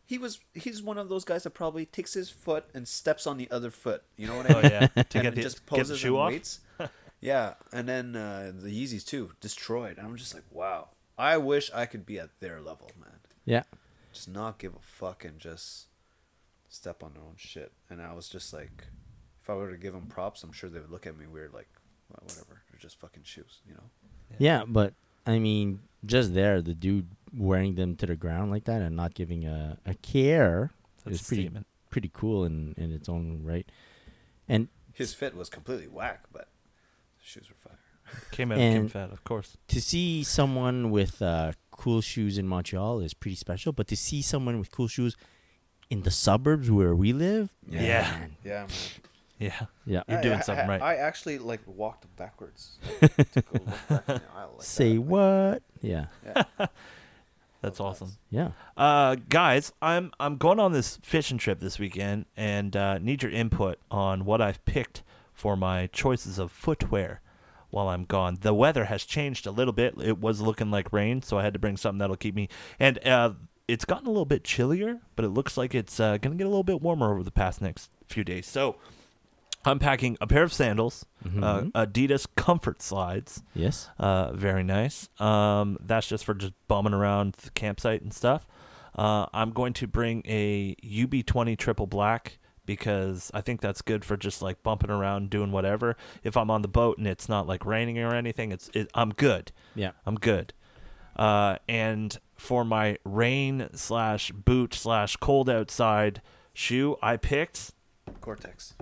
Speaker 4: he was. He's one of those guys that probably takes his foot and steps on the other foot. You know what I
Speaker 1: Oh,
Speaker 4: mean?
Speaker 1: yeah. To
Speaker 4: and
Speaker 1: get the- get
Speaker 4: just
Speaker 1: the
Speaker 4: poses
Speaker 1: shoe
Speaker 4: and
Speaker 1: off?
Speaker 4: waits. yeah, and then uh, the Yeezys too, destroyed. I'm just like, wow. I wish I could be at their level, man
Speaker 3: Yeah.
Speaker 4: just not give a fuck and just step on their own shit. And I was just like, if I were to give them props, I'm sure they would look at me weird, like, well, whatever, they're just fucking shoes, you know?
Speaker 3: Yeah, but I mean, just there, the dude wearing them to the ground like that and not giving a, a care
Speaker 1: That's a
Speaker 3: is pretty
Speaker 1: statement.
Speaker 3: pretty cool in, in its own right. And
Speaker 4: His fit was completely whack, but the shoes were fire.
Speaker 1: Came out of Kim
Speaker 3: And-
Speaker 1: Fat, of course.
Speaker 3: to see someone with uh, cool shoes in Montreal is pretty special, but to see someone with cool shoes in the suburbs where we live,
Speaker 1: Yeah. Yeah.
Speaker 3: man.
Speaker 4: Yeah, man.
Speaker 1: Yeah.
Speaker 3: yeah.
Speaker 1: You're
Speaker 4: I-
Speaker 1: doing
Speaker 4: I-
Speaker 1: something
Speaker 4: I-
Speaker 1: right.
Speaker 4: I actually like walked backwards like, to go look back in the aisle like
Speaker 3: Say
Speaker 4: that. Like,
Speaker 3: what? Yeah,
Speaker 1: That's awesome.
Speaker 3: yeah.
Speaker 1: Uh, guys, I'm I'm going on this fishing trip this weekend and uh, need your input on what I've picked for my choices of footwear while I'm gone. The weather has changed a little bit. It was looking like rain, so I had to bring something that'll keep me. And uh, it's gotten a little bit chillier, but it looks like it's uh, gonna get a little bit warmer over the past next few days. So I'm packing a pair of sandals, uh, Adidas Comfort Slides.
Speaker 3: Yes.
Speaker 1: Uh, very nice. Um, that's just for just bumming around the campsite and stuff. Uh, I'm going to bring a UB20 triple black because I think that's good for just like bumping around, doing whatever. If I'm on the boat and it's not like raining or anything, it's it, I'm good.
Speaker 3: Yeah.
Speaker 1: I'm good. Uh, and for my rain slash boot slash cold outside shoe, I picked
Speaker 4: Cortex.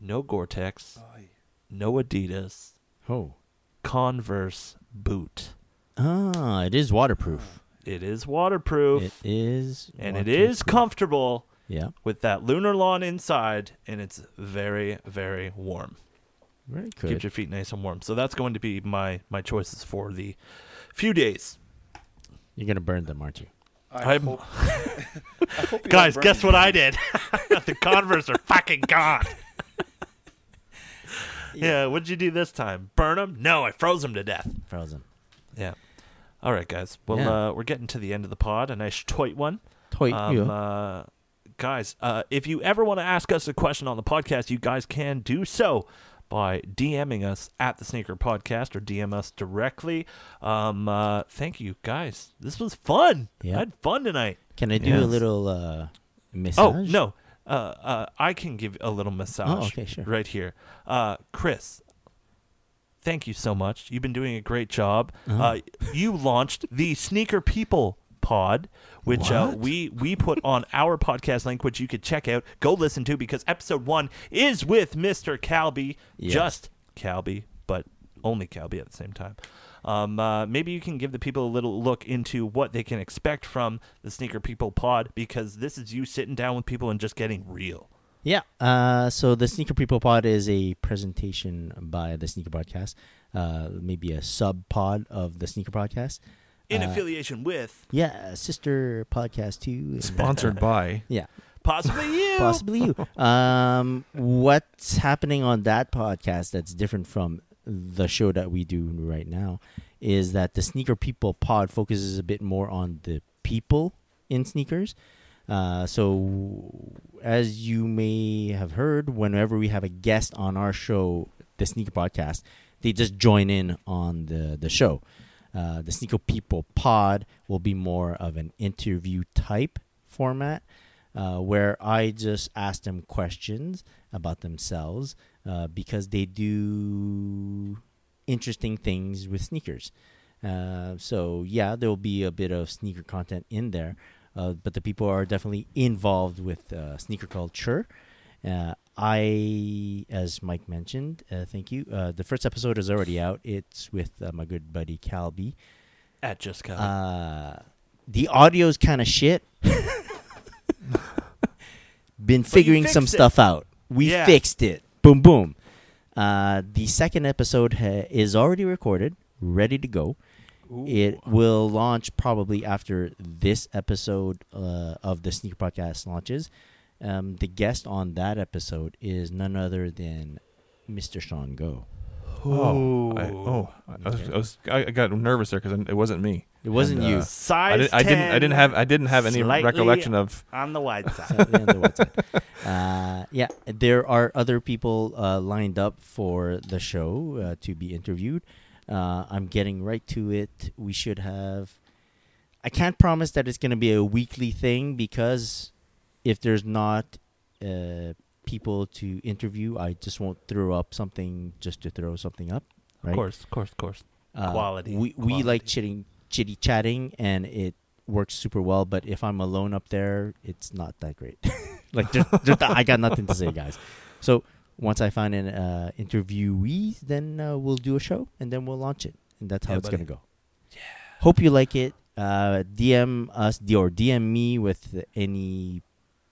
Speaker 1: no Gore-Tex,
Speaker 4: Oh, yeah.
Speaker 1: no Adidas,
Speaker 3: Oh.
Speaker 1: Converse boot.
Speaker 3: Ah, it is waterproof.
Speaker 1: It is waterproof.
Speaker 3: It is.
Speaker 1: and it is
Speaker 3: waterproof.
Speaker 1: comfortable
Speaker 3: Yeah.
Speaker 1: with that lunar lawn inside, and it's very, very warm.
Speaker 3: Very
Speaker 1: Keeps
Speaker 3: good.
Speaker 1: your feet nice and warm. So that's going to be my my choices for the few days.
Speaker 3: You're gonna burn them, aren't you?
Speaker 4: I
Speaker 1: I'm-
Speaker 4: hope, I hope you
Speaker 1: Guys,
Speaker 4: don't burn
Speaker 1: guess
Speaker 4: me.
Speaker 1: what I did? the Converse are fucking gone. yeah, what'd you do this time? Burn them? No, I froze them to death.
Speaker 3: Frozen.
Speaker 1: Yeah. All right, guys. Well,
Speaker 3: Yeah.
Speaker 1: uh, we're getting to the end of the pod. A nice toit one.
Speaker 3: Toy.
Speaker 1: Um, uh, guys, uh, if you ever want to ask us a question on the podcast, you guys can do so by DMing us at the Sneaker Podcast or DM us directly. Um, uh, thank you, guys. This was fun.
Speaker 3: Yeah.
Speaker 1: I had fun tonight.
Speaker 3: Can I do
Speaker 1: Yes.
Speaker 3: a little uh, message?
Speaker 1: Oh, no. Uh, uh, I can give a little massage
Speaker 3: Oh, okay, sure.
Speaker 1: right here. Uh, Chris, thank you so much. You've been doing a great job.
Speaker 3: Uh-huh.
Speaker 1: Uh, you launched the Sneaker People pod which uh,
Speaker 3: What?
Speaker 1: we we put on our podcast link which you could check out go listen to because episode one is with mr calby
Speaker 3: Yes.
Speaker 1: just calby but only calby at the same time um, uh, maybe you can give the people a little look into what they can expect from the sneaker people pod because this is you sitting down with people and just getting real
Speaker 3: Yeah. Uh, so the Sneaker People Pod is a presentation by the Sneaker Podcast, uh, maybe a sub pod of the Sneaker Podcast.
Speaker 1: in
Speaker 3: Uh,
Speaker 1: affiliation with
Speaker 3: Yeah, sister podcast too. and-
Speaker 2: Sponsored by.
Speaker 3: Yeah,
Speaker 1: possibly you
Speaker 3: possibly you. Um, what's happening on that podcast that's different from the show that we do right now is that the Sneaker People pod focuses a bit more on the people in sneakers. Uh, so, as you may have heard, whenever we have a guest on our show, the Sneaker Podcast, they just join in on the, the show. Uh, the Sneaker People pod will be more of an interview type format uh, where I just ask them questions about themselves uh, because they do interesting things with sneakers. Uh, so yeah, there will be a bit of sneaker content in there, uh, but the people are definitely involved with uh, sneaker culture. Uh, I, as Mike mentioned, uh, thank you. Uh, the first episode is already out. It's with uh, my good buddy Calby.
Speaker 1: at just calby
Speaker 3: Uh, the audio's kind of shit. Been figuring some
Speaker 1: fixed it.
Speaker 3: stuff out. We
Speaker 1: Yeah.
Speaker 3: fixed it. Boom, boom. Uh, the second episode ha- is already recorded, ready to go. It will launch probably after this episode uh, of the Sneaker Podcast launches. Um, the guest on that episode is none other than Mr. Sean Go.
Speaker 2: Oh, I, oh, I was, I, was, I I got nervous there because it wasn't me.
Speaker 3: It wasn't
Speaker 2: And,
Speaker 3: you.
Speaker 2: uh,
Speaker 1: Size
Speaker 2: I didn't. I didn't. I
Speaker 1: 10,
Speaker 2: didn't have. I didn't have any
Speaker 1: slightly
Speaker 2: recollection of.
Speaker 1: on the wide side.
Speaker 3: Sadly, on the white side. Uh, yeah, there are other people uh, lined up for the show uh, to be interviewed. Uh, I'm getting right to it. We should have. I can't promise that it's going to be a weekly thing because if there's not uh, people to interview, I just won't throw up something just to throw something up. Right?
Speaker 1: course, of course, of course.
Speaker 3: Uh,
Speaker 1: Quality,
Speaker 3: We we like chitting chitty chatting, and it works super well. But if I'm alone up there, it's not that great. like just, just, I got nothing to say, guys. So once I find an uh, interviewee, then uh, we'll do a show, and then we'll launch it, and that's how
Speaker 1: Yeah,
Speaker 3: it's
Speaker 1: buddy.
Speaker 3: gonna go. Yeah. Hope you like it. Uh, DM us d- or DM me with any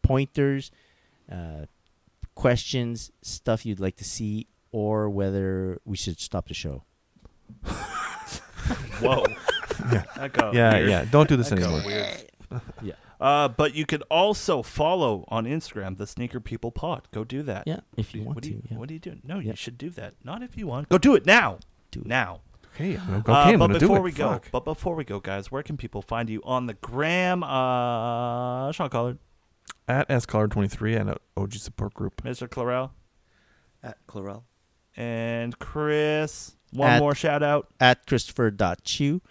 Speaker 3: pointers, uh, questions, stuff you'd like to see, or whether we should stop the show.
Speaker 1: Whoa. That got
Speaker 2: Yeah,
Speaker 1: weird.
Speaker 2: yeah. Don't do this
Speaker 4: Go
Speaker 2: anymore.
Speaker 4: weird.
Speaker 1: Uh, but you can also follow on Instagram the Sneaker People Pod. Go do that.
Speaker 3: Yeah, if you
Speaker 1: What
Speaker 3: want
Speaker 1: do
Speaker 3: to.
Speaker 1: you,
Speaker 3: yeah.
Speaker 1: What are you doing? No,
Speaker 3: Yeah.
Speaker 1: you should do that. Not if you want. Go do it now.
Speaker 3: Do it.
Speaker 1: now.
Speaker 2: Okay, I'm- okay.
Speaker 1: Uh,
Speaker 2: I'm
Speaker 1: but
Speaker 2: gonna
Speaker 1: before
Speaker 2: do it.
Speaker 1: we go,
Speaker 2: Fuck.
Speaker 1: but before we go, guys, where can people find you on the gram? Uh, Sean Collard,
Speaker 2: at scollar23 and at OG support group.
Speaker 1: Mr. Clarell,
Speaker 4: At Clarel.
Speaker 1: and Chris. One
Speaker 3: At-
Speaker 1: more shout out.
Speaker 3: at Christopher.chu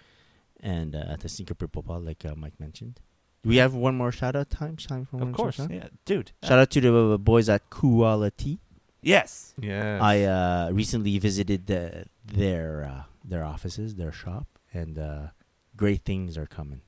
Speaker 3: and uh, at the Sneaker Purple Pod, like uh, Mike mentioned. Do we have one more shout out time? time for one
Speaker 1: Of
Speaker 3: more
Speaker 1: course,
Speaker 3: Shout out,
Speaker 1: yeah, dude.
Speaker 3: Shout out to the uh, boys at Quality.
Speaker 1: Yes,
Speaker 2: Yeah.
Speaker 3: I uh, recently visited the, their uh, their offices, their shop, and uh, great things are coming.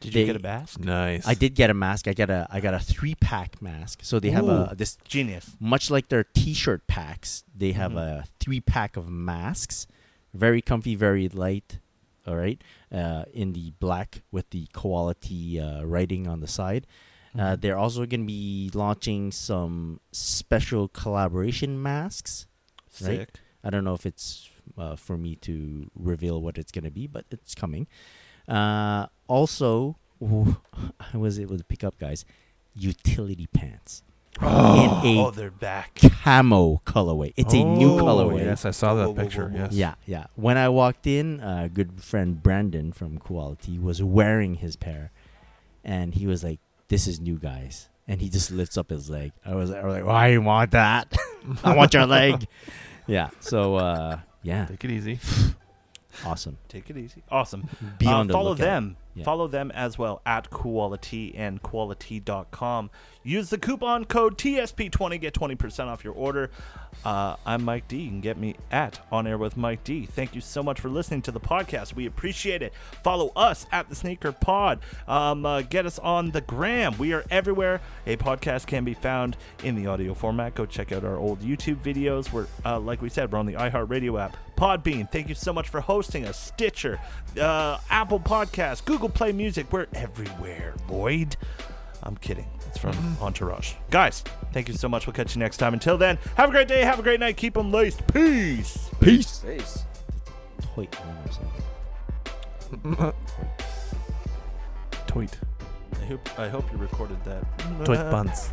Speaker 1: did you
Speaker 3: They-
Speaker 1: get a bass?
Speaker 2: nice.
Speaker 3: I did get a mask. I got a I got a three pack mask. So they have a this
Speaker 1: Genius.
Speaker 3: much like their t-shirt packs they have
Speaker 1: Mhm.
Speaker 3: a three pack of masks very comfy very light all right uh, in the black with the quality uh, writing on the side uh, they're also going to be launching some special collaboration masks
Speaker 1: Sick.
Speaker 3: i don't know if it's uh, for me to reveal what it's going to be but it's coming uh, also ooh, i was able to pick up guys utility pants in a
Speaker 1: Oh, they're back.
Speaker 3: camo colorway. It's a new
Speaker 2: Oh,
Speaker 3: colorway.
Speaker 2: Yes, I saw
Speaker 4: Whoa,
Speaker 2: that
Speaker 4: whoa, whoa,
Speaker 2: picture.
Speaker 4: whoa.
Speaker 2: Yes.
Speaker 3: Yeah, yeah. When I walked in, uh, good friend Brandon from Quality was wearing his pair, and he was like, "This is new, guys." And he just lifts up his leg. I was, I was like, "Why do you want that? I want your leg." Yeah. So, uh, yeah,
Speaker 2: Take it easy.
Speaker 3: awesome.
Speaker 1: Take it easy. Awesome.
Speaker 3: Be
Speaker 1: Uh,
Speaker 3: on the
Speaker 1: follow
Speaker 3: lookout.
Speaker 1: them.
Speaker 3: Yeah.
Speaker 1: Follow them as well at Quality and Quality.com. Use the coupon code TSP20. Get 20% off your order. Uh, I'm Mike D. You can get me at On Air with Mike D. Thank you so much for listening to the podcast. We appreciate it. Follow us at The Sneaker Pod. Um, uh, get us on the gram. We are everywhere. A podcast can be found in the audio format. Go check out our old YouTube videos. We're, uh, like we said, we're on the iHeartRadio app. Podbean, thank you so much for hosting us. Stitcher, uh, Apple Podcasts, Google Play Music. We're everywhere, Lloyd. I'm kidding. It's from Entourage. Guys, thank you so much. We'll catch you next time. Until then, have a great day. Have a great night. Keep them laced. Peace.
Speaker 3: Peace.
Speaker 4: Face.
Speaker 3: Wait, one more second.
Speaker 2: Tweet.
Speaker 1: I hope, I hope you recorded that.
Speaker 2: Uh, Tweet buns.